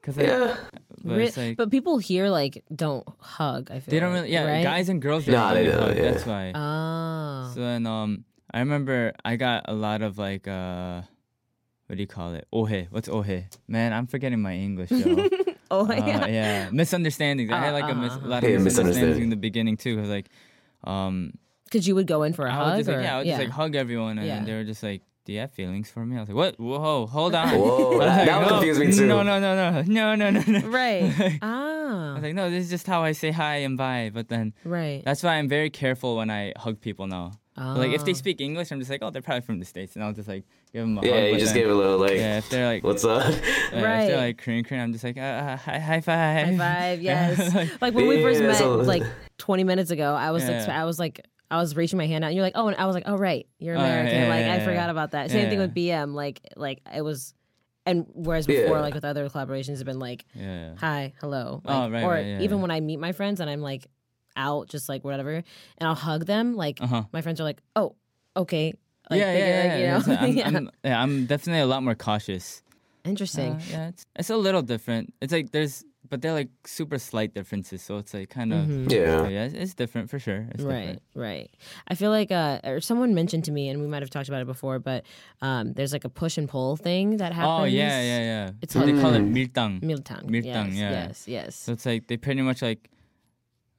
Cause like,
Yeah.
but
Re-
it's like
but people here like don't hug. I feel
they don't
like,
really yeah
right?
guys and girls
Nah,
really
they don't,
hug,
yeah.
that's why.
Oh,
So then um I remember I got a lot of like uh what do you call it? Ohe. What's ohe? Man, I'm forgetting my English, yo.
Oh
Uh,
my god.
yeah, misunderstandings. I had like a, mis-
Uh-uh.
a lot of
Yeah,
misunderstandings
misunderstanding.
in the beginning too. 'cause, like, um,
Because you would go in for a
I would
hug,
just
or
like, yeah, I would just like hug everyone, and
Yeah.
then they were just like, "Do you have feelings for me?" I was like, "What? Whoa, hold on."
Whoa,
I was
that-
like,
that
"No,
would confuse me too.
No, no, no, no, no, no, no, no.
right.
I
ah,
was like, "No, this is just how I say hi and bye." But then
right.
that's why I'm very careful when I hug people now. So, Like if they
Ah.
speak English, I'm just like, "Oh, they're probably from the states," and I'll just like give them a hug.
Yeah, you
but
just
then-
gave a little like,
Yeah, if they're like,
what's up?
yeah, if they're
Right.
like Korean, Korean, I'm just like, uh, uh, hi, high five,
High five, yes.
like,
like when we first
Yeah,
met,
so- uh,
like 20 minutes ago, I was like,
Yeah.
I was like, I was reaching my hand out, and you're like, oh, and I was like, oh, right, you're
Oh, yeah,
American.
yeah,
like
yeah,
I
yeah.
forgot about that. Same thing
Yeah.
with BM. Like, like it was, and whereas before,
Yeah.
like with other collaborations, have been like,
yeah,
hi, hello,
Oh,
like,
right,
or
right, yeah,
even
yeah.
when I meet my friends and I'm like out, just like whatever, and I'll hug them. Like
uh huh.
my friends are like, oh, okay. Like,
yeah,
they get,
yeah, yeah,
like,
yeah.
you
So
know?
I'm,
Yeah.
I'm, yeah, I'm definitely a lot more cautious.
Interesting.
Uh, yeah, it's, it's a little different. It's like there's, but they're like super slight differences. So it's like kind of,
Mhm.
so
Yeah.
yeah, it's, it's different for sure. It's
right right i feel like uh or someone mentioned to me and we might have talked about it before but um there's like a push and pull thing that
Different.
happens
Oh yeah, yeah, yeah.
It's
They
hard-
call
Mm.
it miltang.
miltang
Miltang,
yes,
yeah.
yes yes
So it's like they pretty much like.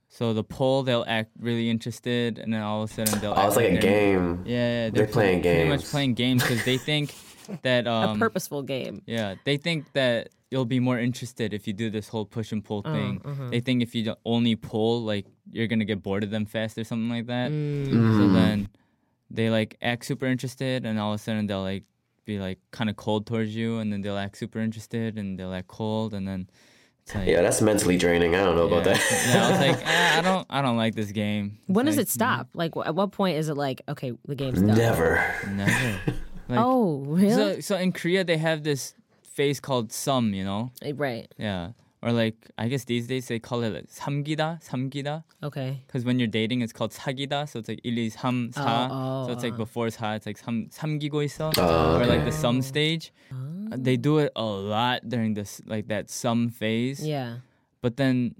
So the poll, they'll act really interested, and then all of a sudden they'll.
Oh,
act
it's like a
they're-
game.
Yeah, yeah,
They're playing
Pretty much
games.
playing games because they think that um,
a purposeful game
Yeah, they think that you'll be more interested if you do this whole push and pull thing. They think if you d- only pull, like you're gonna get bored of them fast or something like that.
Mm.
Mm.
So then they like act super interested, and all of a sudden they'll like be like kind of cold towards you, and then they'll act super interested, and they'll act cold, and then it's like
Yeah, that's mentally draining. I don't know about
yeah.
that.
yeah, I was like, "Ah, I don't, I don't like this game. It's
when does
like,
it stop like wh- at what point is it like okay the game's done
Never.
Never. Like,
oh really
so, so in Korea they have this phase called sum, you know.
Eh, right
Yeah. Or like I guess these days they call it like 삼기다, 삼기다.
okay
Because when you're dating, it's called 사귀다. So it's like 1, 2, 3, 4.
oh,
so it's like
oh.
before 4, it's like 삼, 삼기고 있어.
Oh,
Or like the
okay.
sum stage. Uh, They do it a lot during this like that sum phase.
yeah
But then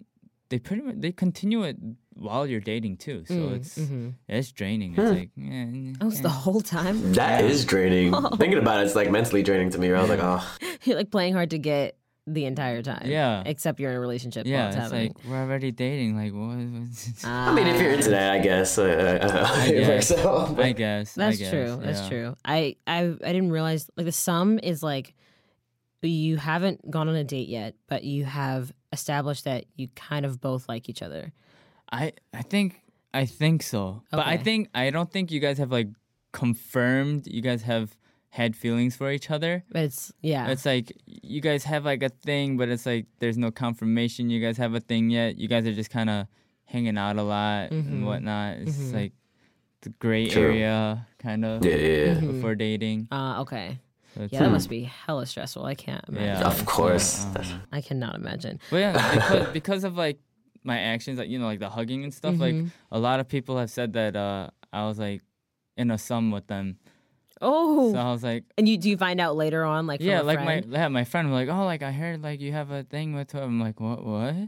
they pretty much they continue it while you're dating too. So
Mm,
it's
mm-hmm.
it's draining. It's like yeah,
that was the whole time
That is draining. Thinking about it, it's like mentally draining to me. Where I was like, oh,
you're like playing hard to get the entire time
Yeah.
except you're in a relationship while
yeah.
it's
It's
happening Ah.
like we're already dating. Like what?
I mean, if you're into that, I guess. Uh, uh,
I
it
guess.
works out.
I guess.
That's
I guess,
true. That's
yeah.
true. I, I I didn't realize like the sum is like you haven't gone on a date yet, but you have established that you kind of both like each other.
I I think I think so. But I
Okay.
think I don't think you guys have like confirmed you guys have had feelings for each other.
But it's yeah.
It's like you guys have like a thing, but it's like there's no confirmation you guys have a thing yet. You guys are just kind of hanging out a lot
Mm-hmm.
and whatnot. It's like the gray
True.
area kind of
Yeah, yeah, yeah.
before dating.
uh, okay.
So it's
Mm-hmm. Yeah, that must be hella stressful. I can't imagine.
yeah.
Of course.
I cannot imagine.
But yeah, because, because of like my actions, like you know, like the hugging and stuff.
Mm-hmm.
Like a lot of people have said that uh, I was like in a sum with them.
Oh,
So I was like,
and you do you find out later on like from
yeah,
a
like
friend?
my yeah, my friend was like, oh, like I heard like you have a thing with her. I'm like, what, what? I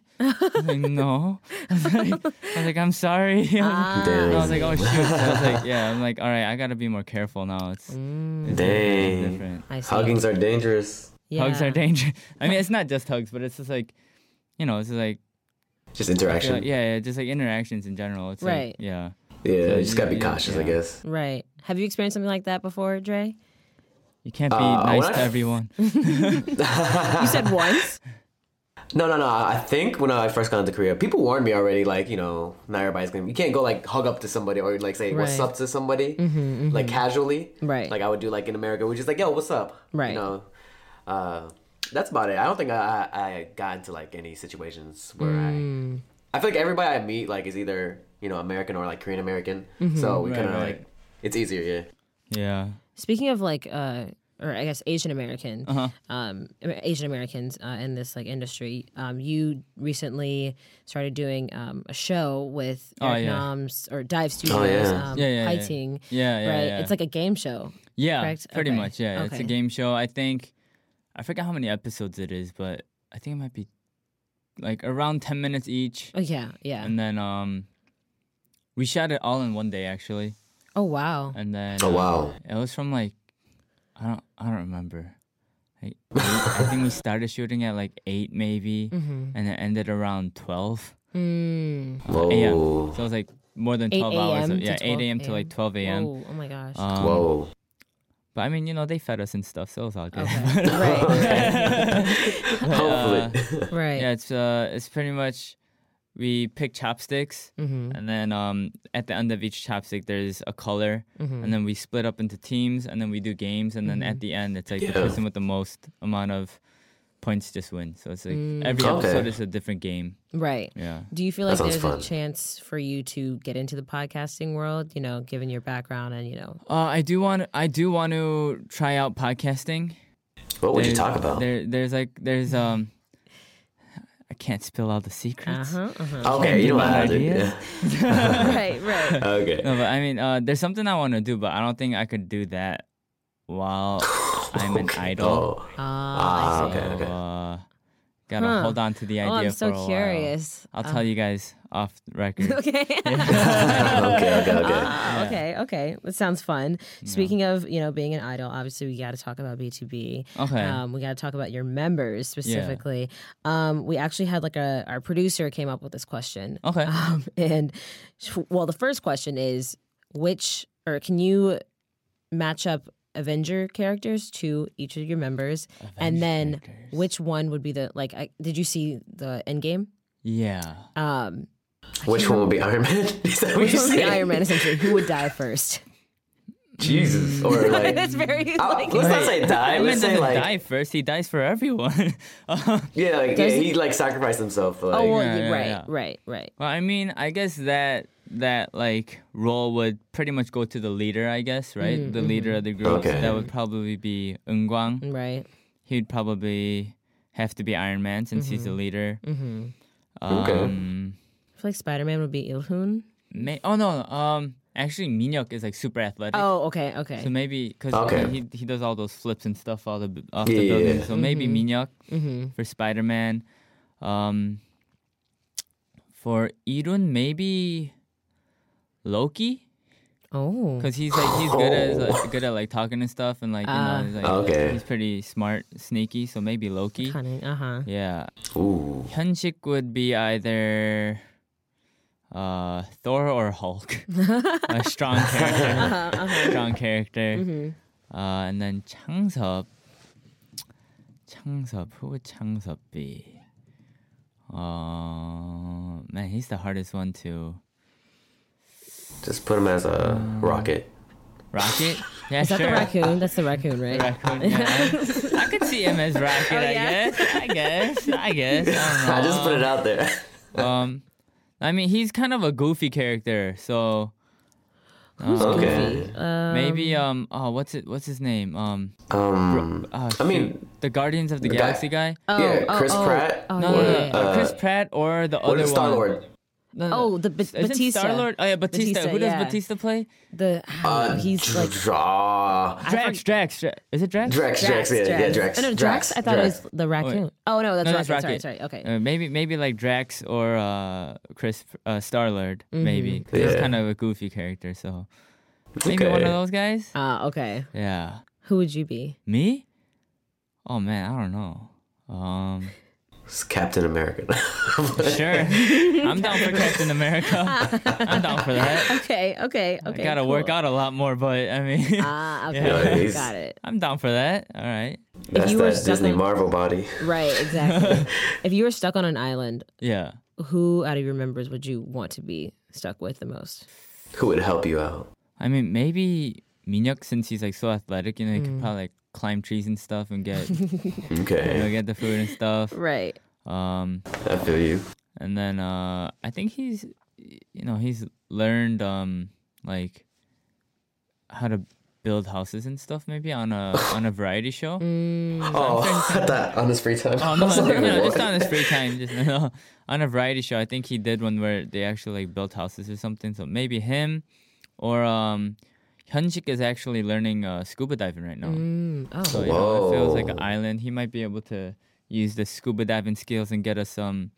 was like, no. I was like, I was like I'm sorry. I was,
Ah.
Damn.
I was like, oh shoot. I was like, yeah. I'm like, all right, I gotta be more careful now. It's, it's
Dang.
different.
Mm, I see.
Huggings are dangerous.
Hugs
Yeah.
are dangerous. I mean, it's not just hugs, but it's just like, you know, it's just like
Just
Yeah,
interaction. Yeah,
yeah, yeah, just like interactions in general. It's
Right.
like yeah.
you just gotta be
Yeah,
cautious, I
yeah.
guess.
Right. Have you experienced something like that before, Dre?
You can't be
Uh,
nice
when
to
I-
everyone.
You said once.
No, no, no. I think when I first got into Korea, people warned me already. Like, you know, not everybody's gonna. You can't go like hug up to somebody or like say what's
Right. Mm-hmm,
up to somebody like casually.
Right.
Like I would do like in America, which is like, yo, what's up?
Right.
You know, uh, that's about it. I don't think I I, I got into like any situations where
Mm.
I I feel like everybody I meet like is either you know American or like Korean American.
Mm-hmm.
So we
Right,
kind of
right.
like it's easier. Yeah.
Yeah.
Speaking of like, uh, or I guess Asian American,
Uh-huh.
um, Asian Americans uh, in this like industry, um, you recently started doing um, a show with
Oh,
Eric
yeah.
Nam's or Dive Studios,
Oh, yeah.
um,
Yeah, yeah, yeah.
Fighting,
Yeah, yeah.
right?
yeah.
It's like a game show.
yeah,
correct?
pretty
Okay.
much. Yeah, it's a
Okay.
game show. I think I forgot how many episodes it is, but I think it might be like around ten minutes each,
Oh yeah, yeah.
and then um, we shot it all in one day actually,
oh wow.
and then
Oh
uh,
wow.
it was from like I don't I don't remember. like, eight- I think we started shooting at like eight maybe,
Mm-hmm.
and it ended around twelve
Whoa.
Hmm.
Oh.
a.m. So it was like more than
8
twelve hours.
a.m.
Of,
to
yeah, eight
12
a.m. to like twelve a.m.
Whoa, oh my gosh.
Um,
Whoa.
But I mean, you know, they fed us and stuff, so it was all good.
Okay. right.
Um,
Hopefully.
Right. right.
yeah, it's uh, it's pretty much we pick chopsticks,
Mm-hmm.
and then um, at the end of each chopstick, there's a color,
mm-hmm.
Mm.
and then we split up into teams, and then we do games, and then at the end, it's like the
Yeah.
person with the most amount of points just wins. So it's like every
Okay.
episode is a different game.
Right.
Yeah.
Do you feel like
That sounds
there's a
fun.
chance for you to get into the podcasting world, you know, given your background and, you know,
Uh, I do want I do want to try out podcasting.
what would you
There's-
talk about?
There, there's like there's um, I can't spill all the secrets.
uh-huh, uh-huh.
okay, you don't have to.
ideas?
yeah.
right, right.
Okay.
No, but I mean, uh, there's something I want to do, but I don't think I could do that while I'm an
Okay.
idol.
Oh.
Uh,
Ah,
I see.
okay,
So,
okay.
Uh, gotta
Huh.
hold on to the idea
Oh, I'm
for
so
a while.
curious. Um,
I'll tell you guys off record.
Okay.
okay, okay, okay.
Ah, okay, okay. That sounds fun. Speaking of, you know, being an idol, obviously we got to talk about B2B.
Okay.
Um, we got to talk about your members specifically. Um, we actually had like a our producer came up with this question.
Okay.
Um, and well, the first question is which or can you match up Avenger characters to each of your members, and then
characters.
which one would be the like? I, did you see the end game?
yeah.
Um,
Oh. Which one would be Iron Man? Is that what
Which
you
one would be
said?
Iron Man essentially? Who would die first?
Jesus. Or like.
it's very
Uh,
like
let's not say die.
Iron Man
Let's say
doesn't
like
die first. He dies for everyone. well,
yeah, like yeah,
Does-
he like sacrificed himself. For, like,
oh well,
Yeah, yeah,
right,
yeah.
right, right.
I mean, I guess that that like role would pretty much go to the leader. I guess right, the leader of the group. So
Okay.
That would probably be Eunkwang.
Right.
he'd probably have to be Iron Man since he's the leader.
hmm
Okay.
Um,
I feel like Spider Man would be Ilhun.
may- oh no, um, actually Minyok is like super athletic.
Oh, okay,
So
okay.
maybe because
Okay.
he, he does all those flips and stuff all the bu- off
Yeah,
the
yeah,
building.
yeah.
So maybe Minyok
hmm
for Spider Man. Um, for Irun maybe Loki
Oh,
because he's like he's good at like, good at like talking and stuff and like you
Ah.
know he's, like,
Okay.
he's pretty smart sneaky so maybe Loki.
cunning. Uh huh.
Yeah,
Ooh.
Hyunshik would be either uh, Thor or Hulk. a strong character. Strong character. Uh, and then Changsub. Changsub. Who would Changsub be? Uh, man, he's the hardest one to.
Just put him as
Oh.
a rocket.
Rocket? Yeah,
Is that
sure.
the raccoon? That's the raccoon, right?
Raccoon, yeah. I could see him as Rocket, I
yeah.
guess. I guess. I guess. I don't
I just
know.
put it out there.
Um, I mean, he's kind of a goofy character, so
Who's
Uh,
Okay.
goofy? Um,
maybe um, oh, what's it? What's his name? Um,
Um,
oh,
I mean,
shoot, the Guardians of the,
the guy-
Galaxy guy.
Oh,
yeah,
oh,
Chris
oh,
Pratt
Oh,
No, no,
yeah,
no,
yeah,
no,
yeah.
uh, Chris
Uh,
Pratt or the
what
other
is Star Lord?
one. No, no,
Oh, the B- Batista.
Star Lord. Oh yeah, Batista. Who
Batista,
does
yeah.
Batista play?
The oh,
Uh,
he's like
Drax,
I
Drax,
forg-
Drax, Dra- Is it Drax?
Drax, Drax, yeah, yeah, Drax.
Oh, no, Drax. I thought
Drax.
it was the raccoon. Oh no, that's, raccoon.
No, that's
Sorry,
Rocket.
sorry. Okay.
Uh, maybe, maybe like Drax or uh, Chris uh, Star Lord.
Mm-hmm.
Maybe 'Cause he's
Yeah.
kind of a goofy character, so maybe one
Okay.
of those guys.
Ah, okay.
Yeah.
Who would you be?
Me? Oh man, I don't know. Um,
It's Captain America.
sure. I'm down for Captain America. I'm down for that.
Okay, okay, okay.
I gotta work
cool.
out a lot more, but I mean,
Ah, okay.
Yeah,
he's-
Got it.
I'm down for that. All right.
That's
you were
that
stuck
Disney
on-
Marvel body.
Right, exactly. if you were stuck on an island,
Yeah.
who out of your members would you want to be stuck with the most?
Who would help you out?
I mean, maybe Minyuk, since he's like so athletic, you know, he
Mm.
could probably like, climb trees and stuff and get you know,
Okay,
get the food and stuff.
Right.
Um,
I feel you.
and then uh, I think he's, you know, he's learned um like how to build houses and stuff maybe on a on a variety show.
Oh, I thought on his free time.
Oh, no,
I was
no,
like,
no,
what?
just on his free time, just no, on a variety show. I think he did one where they actually like built houses or something. So maybe him, or um, Hyunshik is actually learning uh, scuba diving right now.
Mm, oh.
So you know, if it was like an
Whoa.
island, he might be able to use the scuba diving skills and get us some,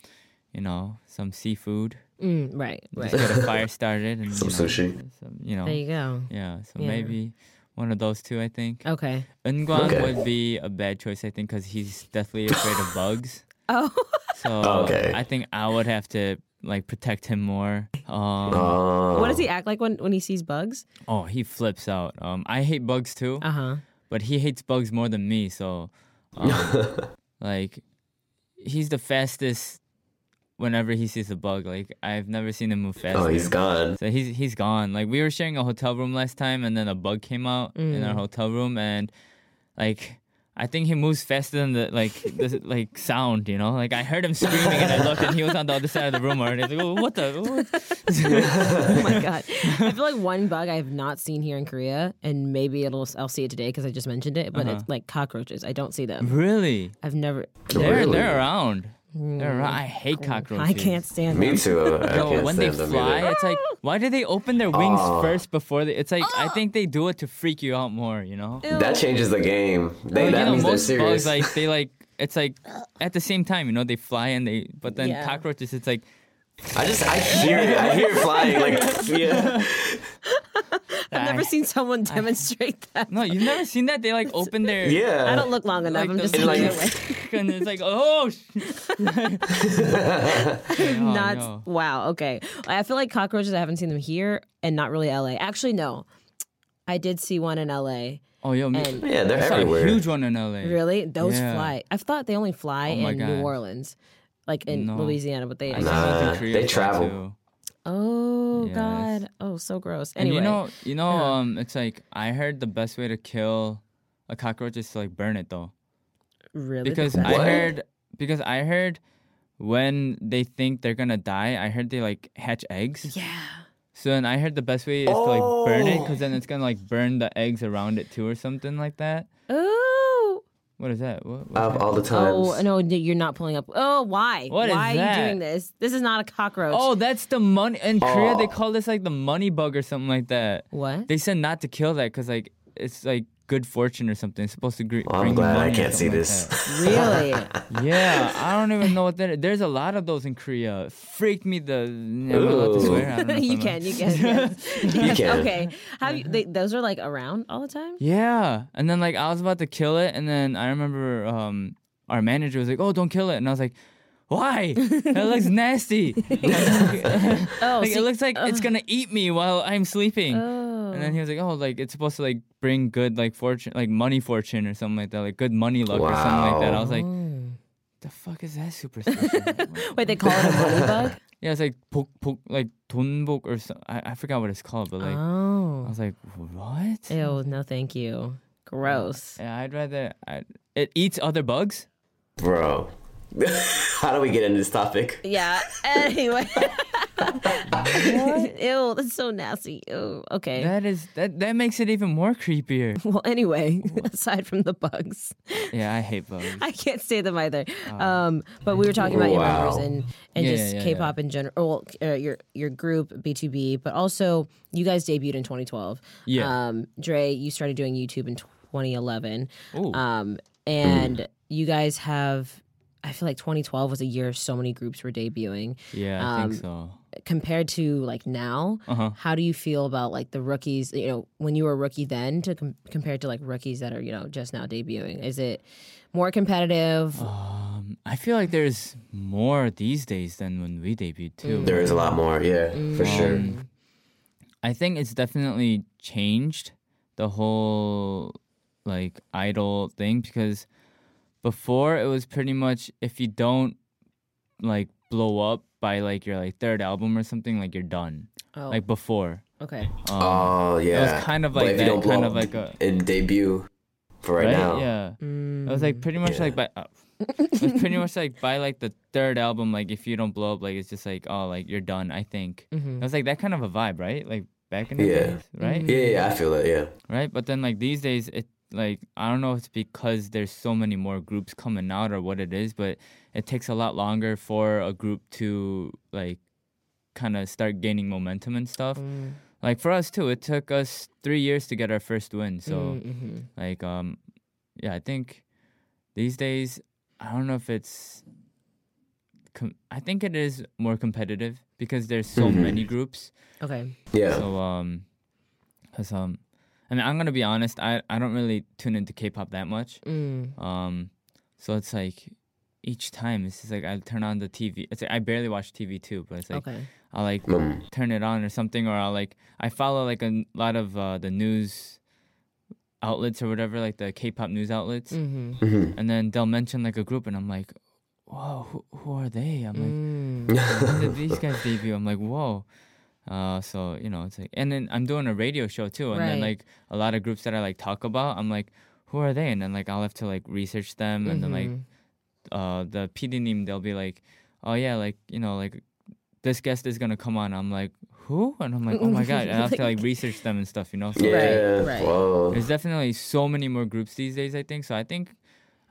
you know, some seafood.
Mm, right. Right.
Just get a fire started and
Some
you know,
sushi.
Some, you know,
There you go.
yeah. So
Yeah.
maybe One of those two, I think.
Okay.
Unguang
Oh. Okay.
would be a bad choice, I think, because he's definitely afraid of bugs.
Oh.
So
Okay.
I think I would have to like protect him more. Um,
Oh.
What does he act like when, when he sees bugs?
Oh, he flips out. Um, I hate bugs too,
Uh huh.
but he hates bugs more than me. So, um, like, he's the fastest. Whenever he sees a bug, like I've never seen him move faster.
Oh, he's gone.
So he's he's gone. Like we were sharing a hotel room last time, and then a bug came out in our hotel room, and like I think he moves faster than the like the like sound. You know, like I heard him screaming, and I looked, and he was on the other side of the room already. I was like, "Oh, what the? what?"
Oh my god. I feel like one bug I have not seen here in Korea, and maybe it'll I'll see it today because I just mentioned it. But
Uh-huh.
it's like cockroaches. I don't see them.
Really?
I've never.
They're
Really?
they're around. They're around. I hate cockroaches.
Mm. I can't stand
Me
them.
too. I
Yo,
can't
when they
stand them
fly,
either.
it's like, why do they open their wings
Oh.
first before they? It's like,
Ah.
I think they do it to freak you out more, you know?
That changes the game. They,
But,
that
you know,
means they're
Oh, most bugs,
serious.
like, they like, it's like, at the same time, you know, they fly and they, but then
Yeah.
cockroaches, it's like,
I just, I hear it. I hear it flying. Like, yeah.
I've never
"Ah."
seen someone demonstrate that.
No, you've never seen that? They like open their.
Yeah.
I don't look long enough.
Like
I'm
the-
just
and
looking
like-
away.
And it's like, oh, sh- Oh,
not
no.
wow okay i feel like cockroaches i haven't seen them here and not really la actually no i did see one in la
oh, yo, me.
and
Yeah, they're
I saw
everywhere.
a huge one in LA.
really those
Yeah.
fly i thought they only fly
Oh my
in
God.
new orleans like in
No.
louisiana but they I
I saw
guess-
it in
Nah,
Korea
they
as well,
travel.
too.
oh
Yes.
god oh so gross
And
anyway
you know, you know, um, it's like I heard the best way to kill a cockroach is to like burn it though,
really
because
bad.
I
What?
heard because I heard when they think they're gonna die, I heard they like hatch eggs. Yeah. So then I heard the best way is to like burn it, because then it's gonna like burn the eggs around it too, or something like that.
oh
What is that? What? what's
Up
that?
all the time.
oh no d- you're not pulling up oh why
What is
why are you
that?
doing this this is not a cockroach
Oh, that's the money. In Korea,
Oh.
they call this like the money bug or something like that.
what
They said not to kill that because like it's like good fortune or something. It's supposed to gr-
Well,
bring
I'm
you
glad I
money or
can't see
something like
this.
that.
really
Yeah, I don't even know what that is. There's a lot of those in Korea. Freaked me the. I'm not allowed to
Ooh.
swear. I don't know if
you
I'm
can
allowed-
you can yes. Yes,
can.
okay have you, they, those are like around all the time
Yeah, and then like I was about to kill it, and then I remember um our manager was like, "Oh, don't kill it," and I was like. Why? That looks nasty.
Oh,
like,
so
it looks like it's gonna eat me while I'm sleeping.
Oh.
And then he was like, "Oh, like it's supposed to like bring good like fortune, like money fortune or something like that, like good money luck or something like that." I was like, "The fuck is that superstition?"
Wait, they call it a money bug?
yeah, it's like pok pok like 돈복 or something. I, I forgot what it's called, but like I
Oh.
was like, "What?"
Ew, no thank you. Gross.
Yeah, I'd rather I, it eats other bugs.
Bro. How do we get into this topic?
Yeah. Anyway. Ew, that's so nasty. Ew. Okay.
That is that that makes it even more creepier.
well, anyway, aside from the bugs,
yeah, I hate bugs.
I can't say them either. Um, but we were talking about your
Wow.
members and and
Oh. Yeah,
just
yeah, yeah,
K-pop in general. Well, uh, your your group B2B, but also you guys debuted in 2012.
Yeah.
Um, Dre, you started doing YouTube in 2011.
Ooh.
Um, and you guys have, I feel like 2012 was a year so many groups were debuting.
yeah, I think so. Uh-huh.
Compared to like now, how do you feel about like the rookies? You know, when you were a rookie then to com- compared to like rookies that are you know just now debuting, is it more competitive?
Um, I feel like there's more these days than when we debuted too.
There is a lot more, yeah, for
Mm.
sure.
Um, I think it's definitely changed the whole like idol thing because before it was pretty much if you don't like blow up by like your like third album or something like you're done.
Oh.
Like before.
Okay.
Um,
Oh yeah.
It was kind of
But
like
if
that,
you don't blow
kind
up
of like a
in debut for right, now.
Yeah.
Mm.
It was like pretty much like by uh, it was pretty much like by like the third album, like if you don't blow up, like it's just like oh like you're done, I think.
Mm-hmm.
It was like that kind of a vibe, right? Like back in the
Mm-hmm. Yeah.
days, right?
Yeah, yeah, I feel that. Yeah,
Right? But then like these days it like I don't know if it's because there's so many more groups coming out or what it is, but it takes a lot longer for a group to like kind of start gaining momentum and stuff.
Mm.
Like for us too, it took us 3 years to get our first win. So
Mm. Mm-hmm.
like um yeah, I think these days I don't know if it's com- I think it is more competitive because there's so many groups.
Okay.
yeah.
So um, 'cause, um, I mean, I'm gonna be honest. I I don't really tune into K-pop that much.
Mm.
Um, so it's like each time it's just like I turn on the TV. It's like I barely watch TV too, but it's like
Okay.
I like
Mm-hmm.
turn it on or something, or I like I follow like a n- lot of uh, the news outlets or whatever, like the K-pop news outlets,
Mm. Mm-hmm.
Mm-hmm.
and then they'll mention like a group, and I'm like, whoa, who, who are they? I'm like
Mm.
when did these guys debut? I'm like, whoa. Uh, so you know, it's like, and then I'm doing a radio show too, and then
Right.
like a lot of groups that I like talk about, I'm like, who are they? And then like I'll have to like research them, and then like, uh, the PD name they'll be like, oh yeah, like you know, like this guest is gonna come on. I'm like, who? And I'm like, oh my god, and I have to like research them and stuff, you know. So
Yeah.
right.
Whoa.
there's definitely so many more groups these days. I think so. I think,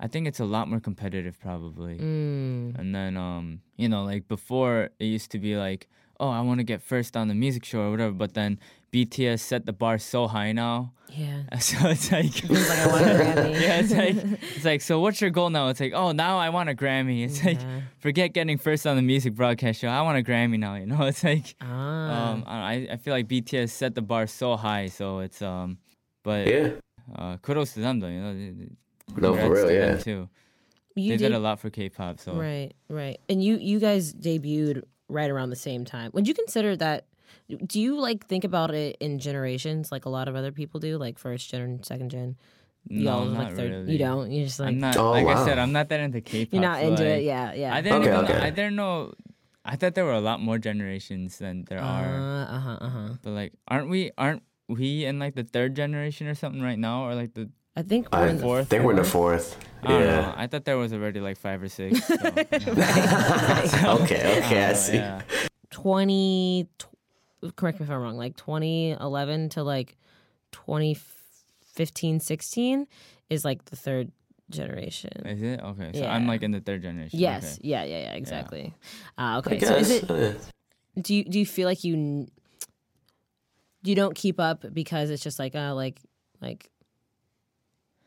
I think it's a lot more competitive probably.
Mm-hmm. Mm.
And then um, you know, like before it used to be like, oh, I want to get first on the music show or whatever. But then BTS set the bar so high now,
Yeah.
so it's like.
It's like I want a Grammy.
Yeah, it's like it's like so. What's your goal now? It's like oh, now I want a Grammy. It's like
Mm-hmm.
forget getting first on the music broadcast show. I want a Grammy now. You know, it's like
Ah.
um, I, don't know, I I feel like BTS set the bar so high, so it's um, but
Yeah.
uh, kudos to them though. You know, they- they-
No, for
congrats
real.
to
Yeah.
them, too.
you
they
did,
did a lot for K-pop, so
right, right. And you you guys debuted right around the same time. Would you consider that? Do you like think about it in generations, like a lot of other people do, like first gen, second gen?
no,
Y'all,
not
like third.
really.
You don't. You're just like
I'm not.
Oh,
like
wow.
I said, I'm not that into K-pop.
you're not
so,
into
like,
it. Yeah, yeah.
I didn't
Okay,
even.
okay.
I didn't know. I thought there were a lot more generations than there are.
Uh huh. Uh huh.
But like, aren't we? Aren't we in like the third generation or something right now? Or like the?
I think we're
I
in the
fourth
think we're in the fourth.
I don't know.
Yeah.
I thought there was already like five or six. So, no.
Okay. Okay. I
Oh,
see.
yeah.
20 tw- correct me if i'm wrong like 2011 to like 2015 16 is like the third generation
Is it okay? So I'm
Yeah.
like in the third generation.
yes
okay.
yeah yeah yeah exactly Uh, okay so
Yes.
is it
oh, yeah.
do you do you feel like you n- you don't keep up because it's just like uh like like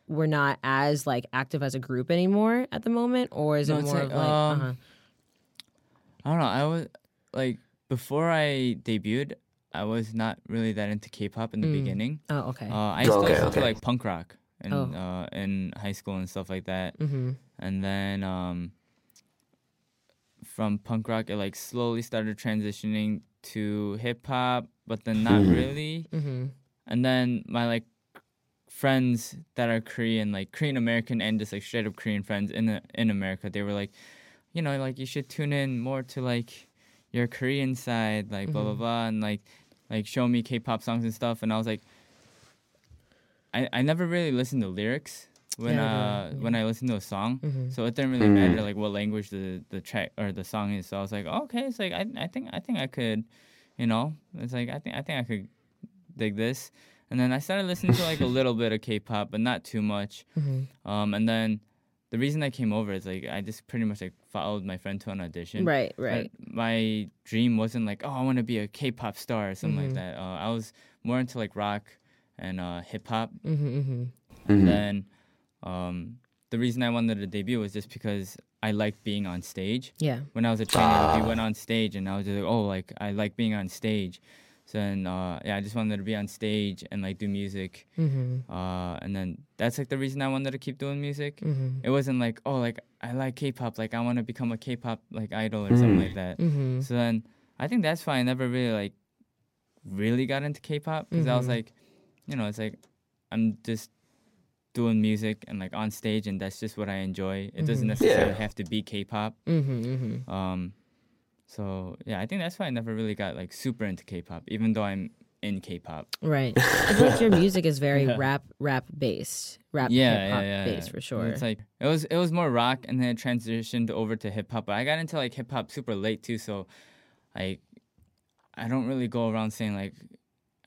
we're not as like active as a group anymore at the moment or is
No,
it
it's
more
like,
of like
um,
uh-huh.
I don't know. I was like before I debuted, I was not really that into K-pop in the beginning.
oh okay
Uh, I used to
Okay,
listen
okay.
to like punk rock in
Oh.
uh, in high school and stuff like that.
Mm-hmm,
And then um, from punk rock, it like slowly started transitioning to hip hop, but then not really.
mm-hmm.
And then my like friends that are Korean, like Korean American, and just like straight up Korean friends in in America, they were like, you know, like you should tune in more to like your Korean side, like blah blah blah, and like like show me K-pop songs and stuff. And I was like, I, I never really listened to lyrics when uh when I listened to a song,
Mm-hmm.
so it didn't really matter like what language the the track or the song is. So I was like, oh, okay, it's like I I think I think I could, you know, it's like I think I think I could dig this. And then I started listening to like a little bit of K-pop, but not too much.
Mm-hmm.
Um, and then the reason I came over is like I just pretty much like followed my friend to an audition.
right
But
right
my dream wasn't like, oh, I want to be a K-pop star or something like
Mm-hmm.
that. Uh, I was more into like rock and uh, hip hop. Mm-hmm, And then um, the reason I wanted to debut was just because I liked being on stage.
yeah
When I was a trainer, like, we went on stage, and I was just like, oh, like I like being on stage. So then, uh, yeah, I just wanted to be on stage and like do music. Uh, and then that's like the reason I wanted to keep doing music.
Mm.
It wasn't like, oh, like I like K-pop, like I want to become a K-pop like idol or something like that. Mm-hmm. So then I think that's why I never really like really got into K-pop because I was like, you know, it's like I'm just doing music and like on stage and that's just what I enjoy. It doesn't necessarily
Yeah.
have to be K-pop. Um, so yeah, I think that's why I never really got like super into K-pop, even though I'm in K-pop.
Right. I feel like your music is very rap rap based. Rap
yeah,
hip hop
yeah, yeah,
based
yeah.
for sure.
It's like it was it was more rock, and then it transitioned over to hip hop. But I got into like hip hop super late too, so I I don't really go around saying like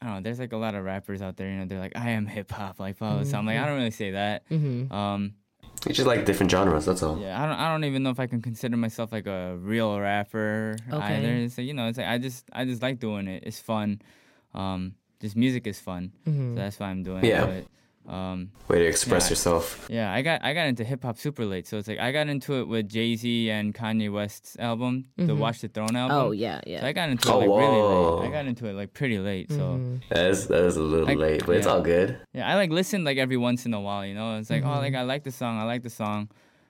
I don't know. There's like a lot of rappers out there, you know, they're like I am hip hop, like blah. blah, So I'm like
Mm-hmm.
I don't really say that. Um,
It's just like different genres. That's all.
yeah, I don't I don't even know if I can consider myself like a real rapper
Okay.
either. So you know, it's like I just I just
Mm.
like doing it. It's fun. Um, just music is fun, so that's why I'm doing
Yeah.
it. Um,
Way to express yourself.
yeah, I got I got into hip hop super late, so it's like I got into it with Jay Z and Kanye West's album, the Watch the Throne album.
Mm-hmm. Oh yeah, yeah.
So I got into it
Oh,
like really
whoa.
late. I got into it like pretty late. So
Mm-hmm.
That is that is a little
Like,
late, but it's
yeah.
all good.
yeah, I like listened like every once in a while, you know. It's like oh,
Mm-hmm.
like I like the song, I like the song,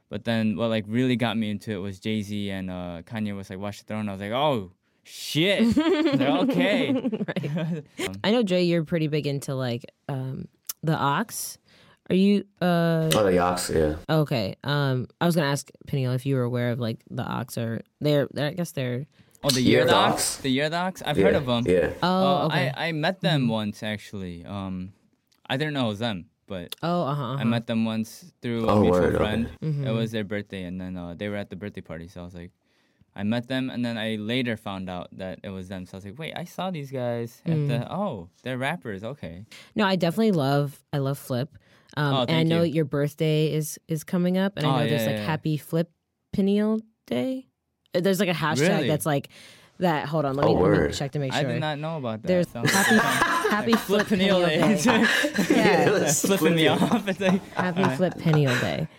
but then what like really got me into it was Jay Z and uh, Kanye was like Watch the Throne. I was like oh shit, I was like, okay.
I know Dre, you're pretty big into like um the Ox. Are you uh
Oh, the Yox, yeah.
okay? Um, I was gonna ask Peniel if you were aware of like the Ox or they're, they're I guess they're
Oh, the
Year
Year Docs.
Docs?
The Year Docs. I've
yeah.
heard of them.
Yeah.
oh
Uh,
okay Mm-hmm.
I, I met them once actually. Um, I didn't know it was them, but
oh uh huh
I met them once through a
Uh-huh. Oh,
mutual
word, okay.
friend. It
Mm-hmm.
was their birthday, and then uh, they were at the birthday party. So I was like, I met them, and then I later found out that it was them. So I was like, wait, I saw these guys at
Mm.
the. Oh, they're rappers. Okay.
no I definitely love I love Flip. Um,
Oh,
and I
thank
know
you.
your birthday is is coming up, and I
Oh,
know
yeah,
there's like
yeah, yeah.
Happy Flip Peniel Day. Uh, There's like a hashtag
Really?
that's like that. Hold on, let me,
Oh,
let me
word.
check to make
I
sure.
did not know about that.
There's
So I was
happy,
like,
happy Flip
flipping
Peniel Day.
Yeah,
Yeah.
let's
flipping me
flip it.
off. It's like,
Happy Flip Peniel Day.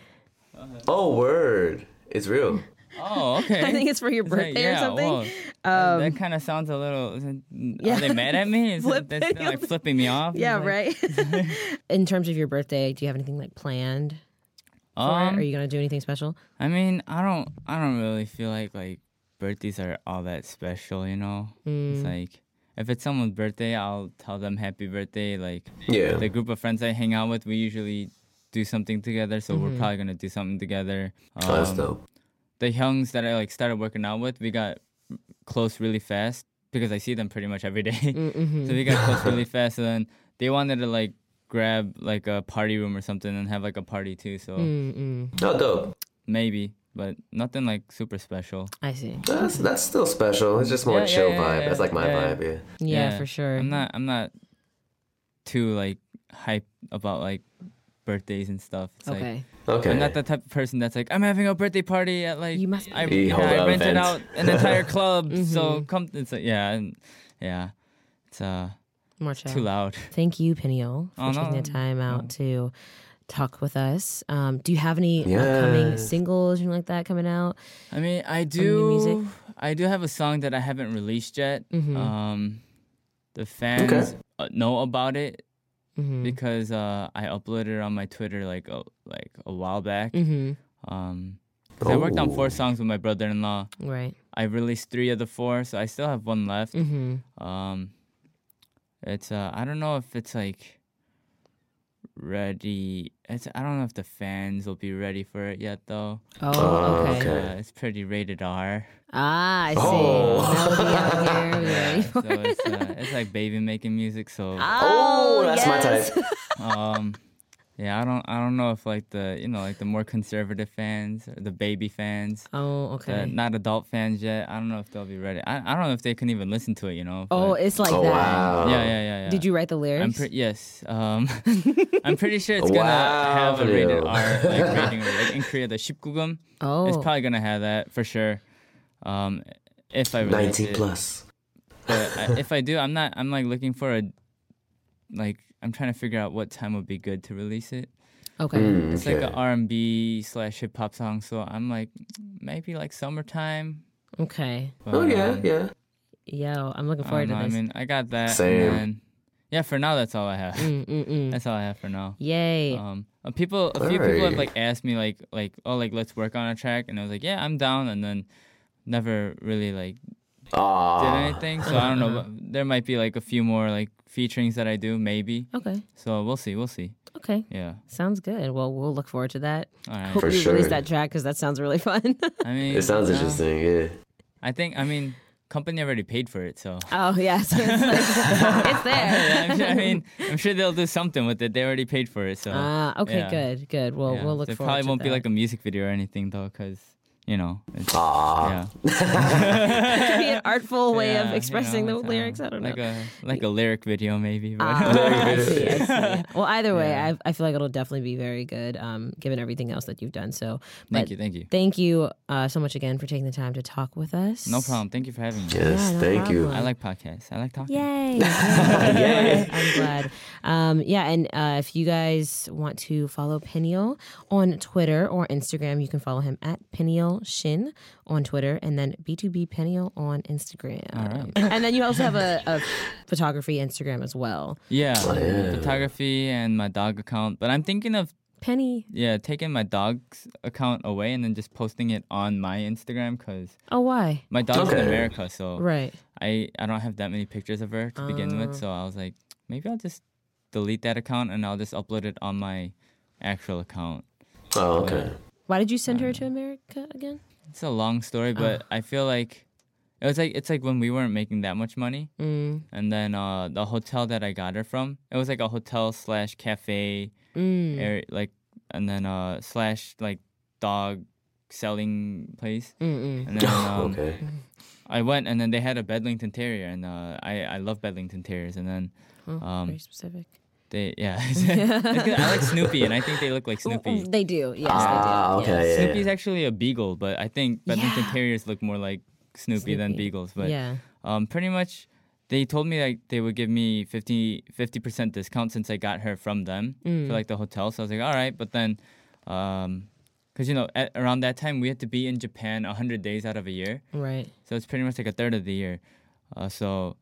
Oh, word. It's real.
oh, okay.
I think it's for your
It's like,
birthday or
yeah,
something. Um,
whoa. Uh, that kind of sounds a little. Are they mad at me? Is
Flip
that, that's, like
videos.
flipping me off?
Yeah,
Like,
right. In terms of your birthday, do you have anything like planned? For it?
Um,
Are you gonna do anything special?
I mean, I don't, I don't really feel like like birthdays are all that special, you know. It's like if it's someone's birthday, I'll tell them happy birthday. Like
Yeah.
the group of friends I hang out with, we usually do something together, so we're probably gonna do something together. Um,
Oh, that's dope.
the youngs that I like started working out with, we got close really fast because I see them pretty much every day. so we got close really fast, and then they wanted to like grab like a party room or something and have like a party too. So
Mm.
Oh, dope.
maybe, but nothing like super special.
I see.
That's that's still special. It's just more
Yeah, yeah,
chill
yeah,
vibe.
yeah,
that's like my
yeah.
vibe. Yeah.
Yeah, for sure.
I'm not. I'm not too like hyped about like birthdays and stuff. It's Like,
okay.
Okay.
I'm not the type of person that's like, I'm having a birthday party at like
You must- Mm-hmm.
I,
You
yeah,
hold
I
out
rented
event.
out an entire club, so come. It's like, yeah, and- yeah. It's uh
More
too
chill.
loud.
Thank you, Peniel, for
Oh,
taking
no.
the time out to talk with us. Um, do you have any
Yeah.
upcoming singles, anything like that, coming out?
I mean, I
new
do.
music? Mm-hmm.
I do have a song that I haven't released yet. Um, the fans uh, know about it
Mm-hmm.
because uh, I uploaded it on my Twitter like a, like a while back.
Mm-hmm.
Um, 'cause I worked on four songs with my brother-in-law.
Right.
I released three of the four, so I still have one left.
Mm-hmm.
Um, it's uh, I don't know if it's like ready. It's I don't know if the fans will be ready for it yet though.
Oh, okay.
okay.
Uh, it's pretty rated R.
Ah, I see.
Oh.
That'll be out here. We're ready for
so
it. Ah.
it's, uh, it's like baby making music. So
Oh, that's my
yes.
type.
um, yeah, I don't I don't know if like the you know like the more conservative fans, or the baby fans,
Oh,
the
okay.
Uh, not adult fans yet. I don't know if they'll be ready. I, I don't know if they can even listen to it. You know.
oh,
but-
it's like
Oh
that.
wow.
yeah, yeah, yeah, yeah.
Did you write the lyrics?
I'm pre- yes. Um, I'm pretty sure it's gonna have a rated
Wow.
R like rating. Like in Korea, the Shipgugum.
oh,
It's probably gonna have that for sure. Um, if I release
Nineteen
it.
plus.
but I, if I do, I'm not. I'm like looking for a, like I'm trying to figure out what time would be good to release it.
okay.
Mm,
It's
okay.
like an R&B slash hip hop song, so I'm like maybe like summertime.
Okay.
Oh yeah,
um,
yeah.
Yo, I'm looking
I,
forward
don't know,
to
I
this.
mean, I got that. and
Same.
then- yeah, for now that's all I have.
Mm, mm, mm.
That's all I have for now.
Yay.
Um, uh, people, a few people have
Alright.
like asked me like like oh like let's work on a track, and I was like yeah I'm down, and then never really like did
Ah.
Aw.
anything. So I don't know. But there might be like a few more like featurings that I do maybe.
okay.
So we'll see. We'll see.
Okay.
Yeah.
Sounds good. Well, we'll look forward to that.
All right.
Hope
For
you release
sure.
that track because that sounds really fun.
I mean,
It sounds
uh,
interesting. Yeah.
I think. I mean, company already paid for it, so.
oh, yeah. So it's, like, it's there.
I'm sure, I mean, I'm sure they'll do something with it. They already paid for it, so.
Ah, okay,
yeah.
good, good. Well,
yeah.
we'll look
There
forward
probably
to
won't be
that. Ah.
like a music video or anything though, because you know, it's,
Aw.
yeah,
could be an artful way
Yeah, you
of
know,
expressing
it's,
the
uh,
lyrics. I don't know.
like a like a lyric video maybe. But
Ah, I see, I see. Well, either way, I, I feel like it'll definitely be very good, um, given everything else that you've done. So,
thank
but
you, thank you.
Thank you uh, so much again for taking the time to talk with us.
No problem. Thank you for having me.
Yes,
no
thank you.
problem.
I like podcasts. I like talking.
Yay! I'm glad. Um, yeah, and uh, if you guys want to follow Peniel on Twitter or Instagram, you can follow him at Peniel Shin on Twitter, and then B2B Peniel on Instagram. And then you also have a, a photography Instagram as well.
Yeah, photography and my dog account. But I'm thinking of
Penny.
yeah taking my dog's account away and then just posting it on my Instagram because
Oh, why?
my dog's in
Okay.
America, so
Right.
I I don't have that many pictures of her to begin with. So I was like, maybe I'll just delete that account and I'll just upload it on my actual account.
Oh, okay.
Why did you send her to America again?
It's a long story, but I feel like it was like it's like when we weren't making that much money,
Mm.
and then uh, the hotel that I got her from, it was like a hotel slash cafe,
Mm.
area, like and then uh slash like dog selling place,
Mm-mm.
and then um,
okay.
I went and then they had a Bedlington Terrier, and uh, I I love Bedlington Terriers, and then
Oh,
Um,
very specific.
they yeah, It's 'cause I like Snoopy, and I think they look like
Oh,
Snoopy.
They do. Yes,
Ah,
they do.
okay. Yeah.
Snoopy's actually a beagle, but I think Bedlington
Yeah.
Terriers look more like Snoopy, than
Snoopy.
beagles,
Yes.
but.
Yeah.
Um, pretty much, they told me like they would give me 50 percent discount since I got her from them for like the hotel. So I was like, all right. But then, um, cause you know at, around that time we had to be in Japan 100 days out of a year,
Right.
so it's pretty much like a third of the year. Uh, so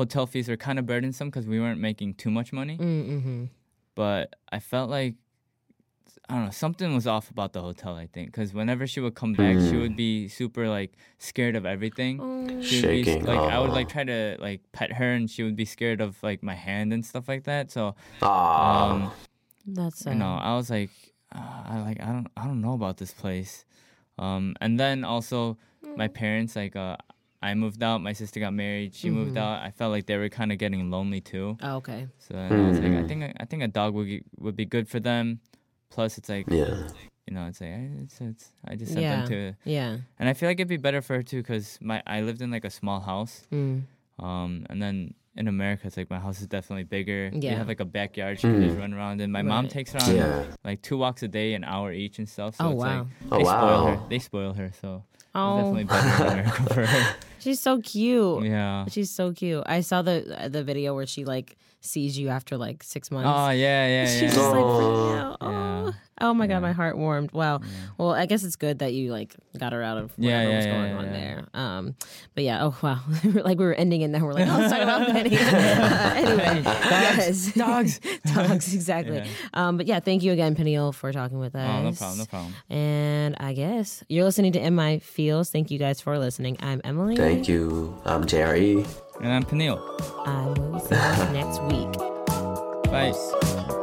hotel fees were kind of burdensome because we weren't making too much money.
Mm-hmm.
But I felt like I don't know something was off about the hotel. I think because whenever she would come back, she would be super like scared of everything.
Oh,
She would
Shaking.
Be,
oh.
like I would
aw.
like try to like pet her, and she would be scared of like my hand and stuff like that. So
Aw.
um,
That's sad.
you know, I was like, uh, I like I don't I don't know about this place. Um, and then also my parents like uh, I moved out. My sister got married. She moved out. I felt like they were kind of getting lonely too.
Oh, okay.
So then I was
Mm-hmm.
like, I think I think a dog would be, would be good for them. Plus, it's like
yeah.
you know, it's like I, it's, it's, I just sent
yeah.
them to,
Yeah.
and I feel like it'd be better for her too, cause my I lived in like a small house.
Mm.
Um, and then in America, it's like my house is definitely bigger. We
Yeah.
have like a backyard she can just run around in. My mom
Right.
takes her on
Hmm. Yeah.
like two walks a day, an hour each and stuff. So
Oh,
it's
wow.
like
Oh,
they spoil
wow.
her. They spoil her, so
Oh.
it's definitely better in America for her.
She's so cute.
Yeah.
She's so cute. I saw the the video where she like sees you after like six months.
Oh yeah, yeah, yeah.
She's just like freaking
Aw.
out. Oh, oh my god, my heart warmed. Wow. Well, I guess it's good that you like got her out of
Yeah,
whatever
yeah,
was
yeah,
going
yeah,
on
yeah.
there. Um, but yeah. Oh wow. like we were ending and then we're like, oh, let's talk about Penny. anyway, dogs, dogs, dogs. Exactly. Um, but yeah, thank you again, Peniel, for talking with us.
Oh, no problem, no problem.
And I guess you're listening to In My Feels. Thank you guys for listening. I'm Emily.
Thank you. I'm Jerry.
And I'm Peniel.
I will see you next week.
Bye.
Peace.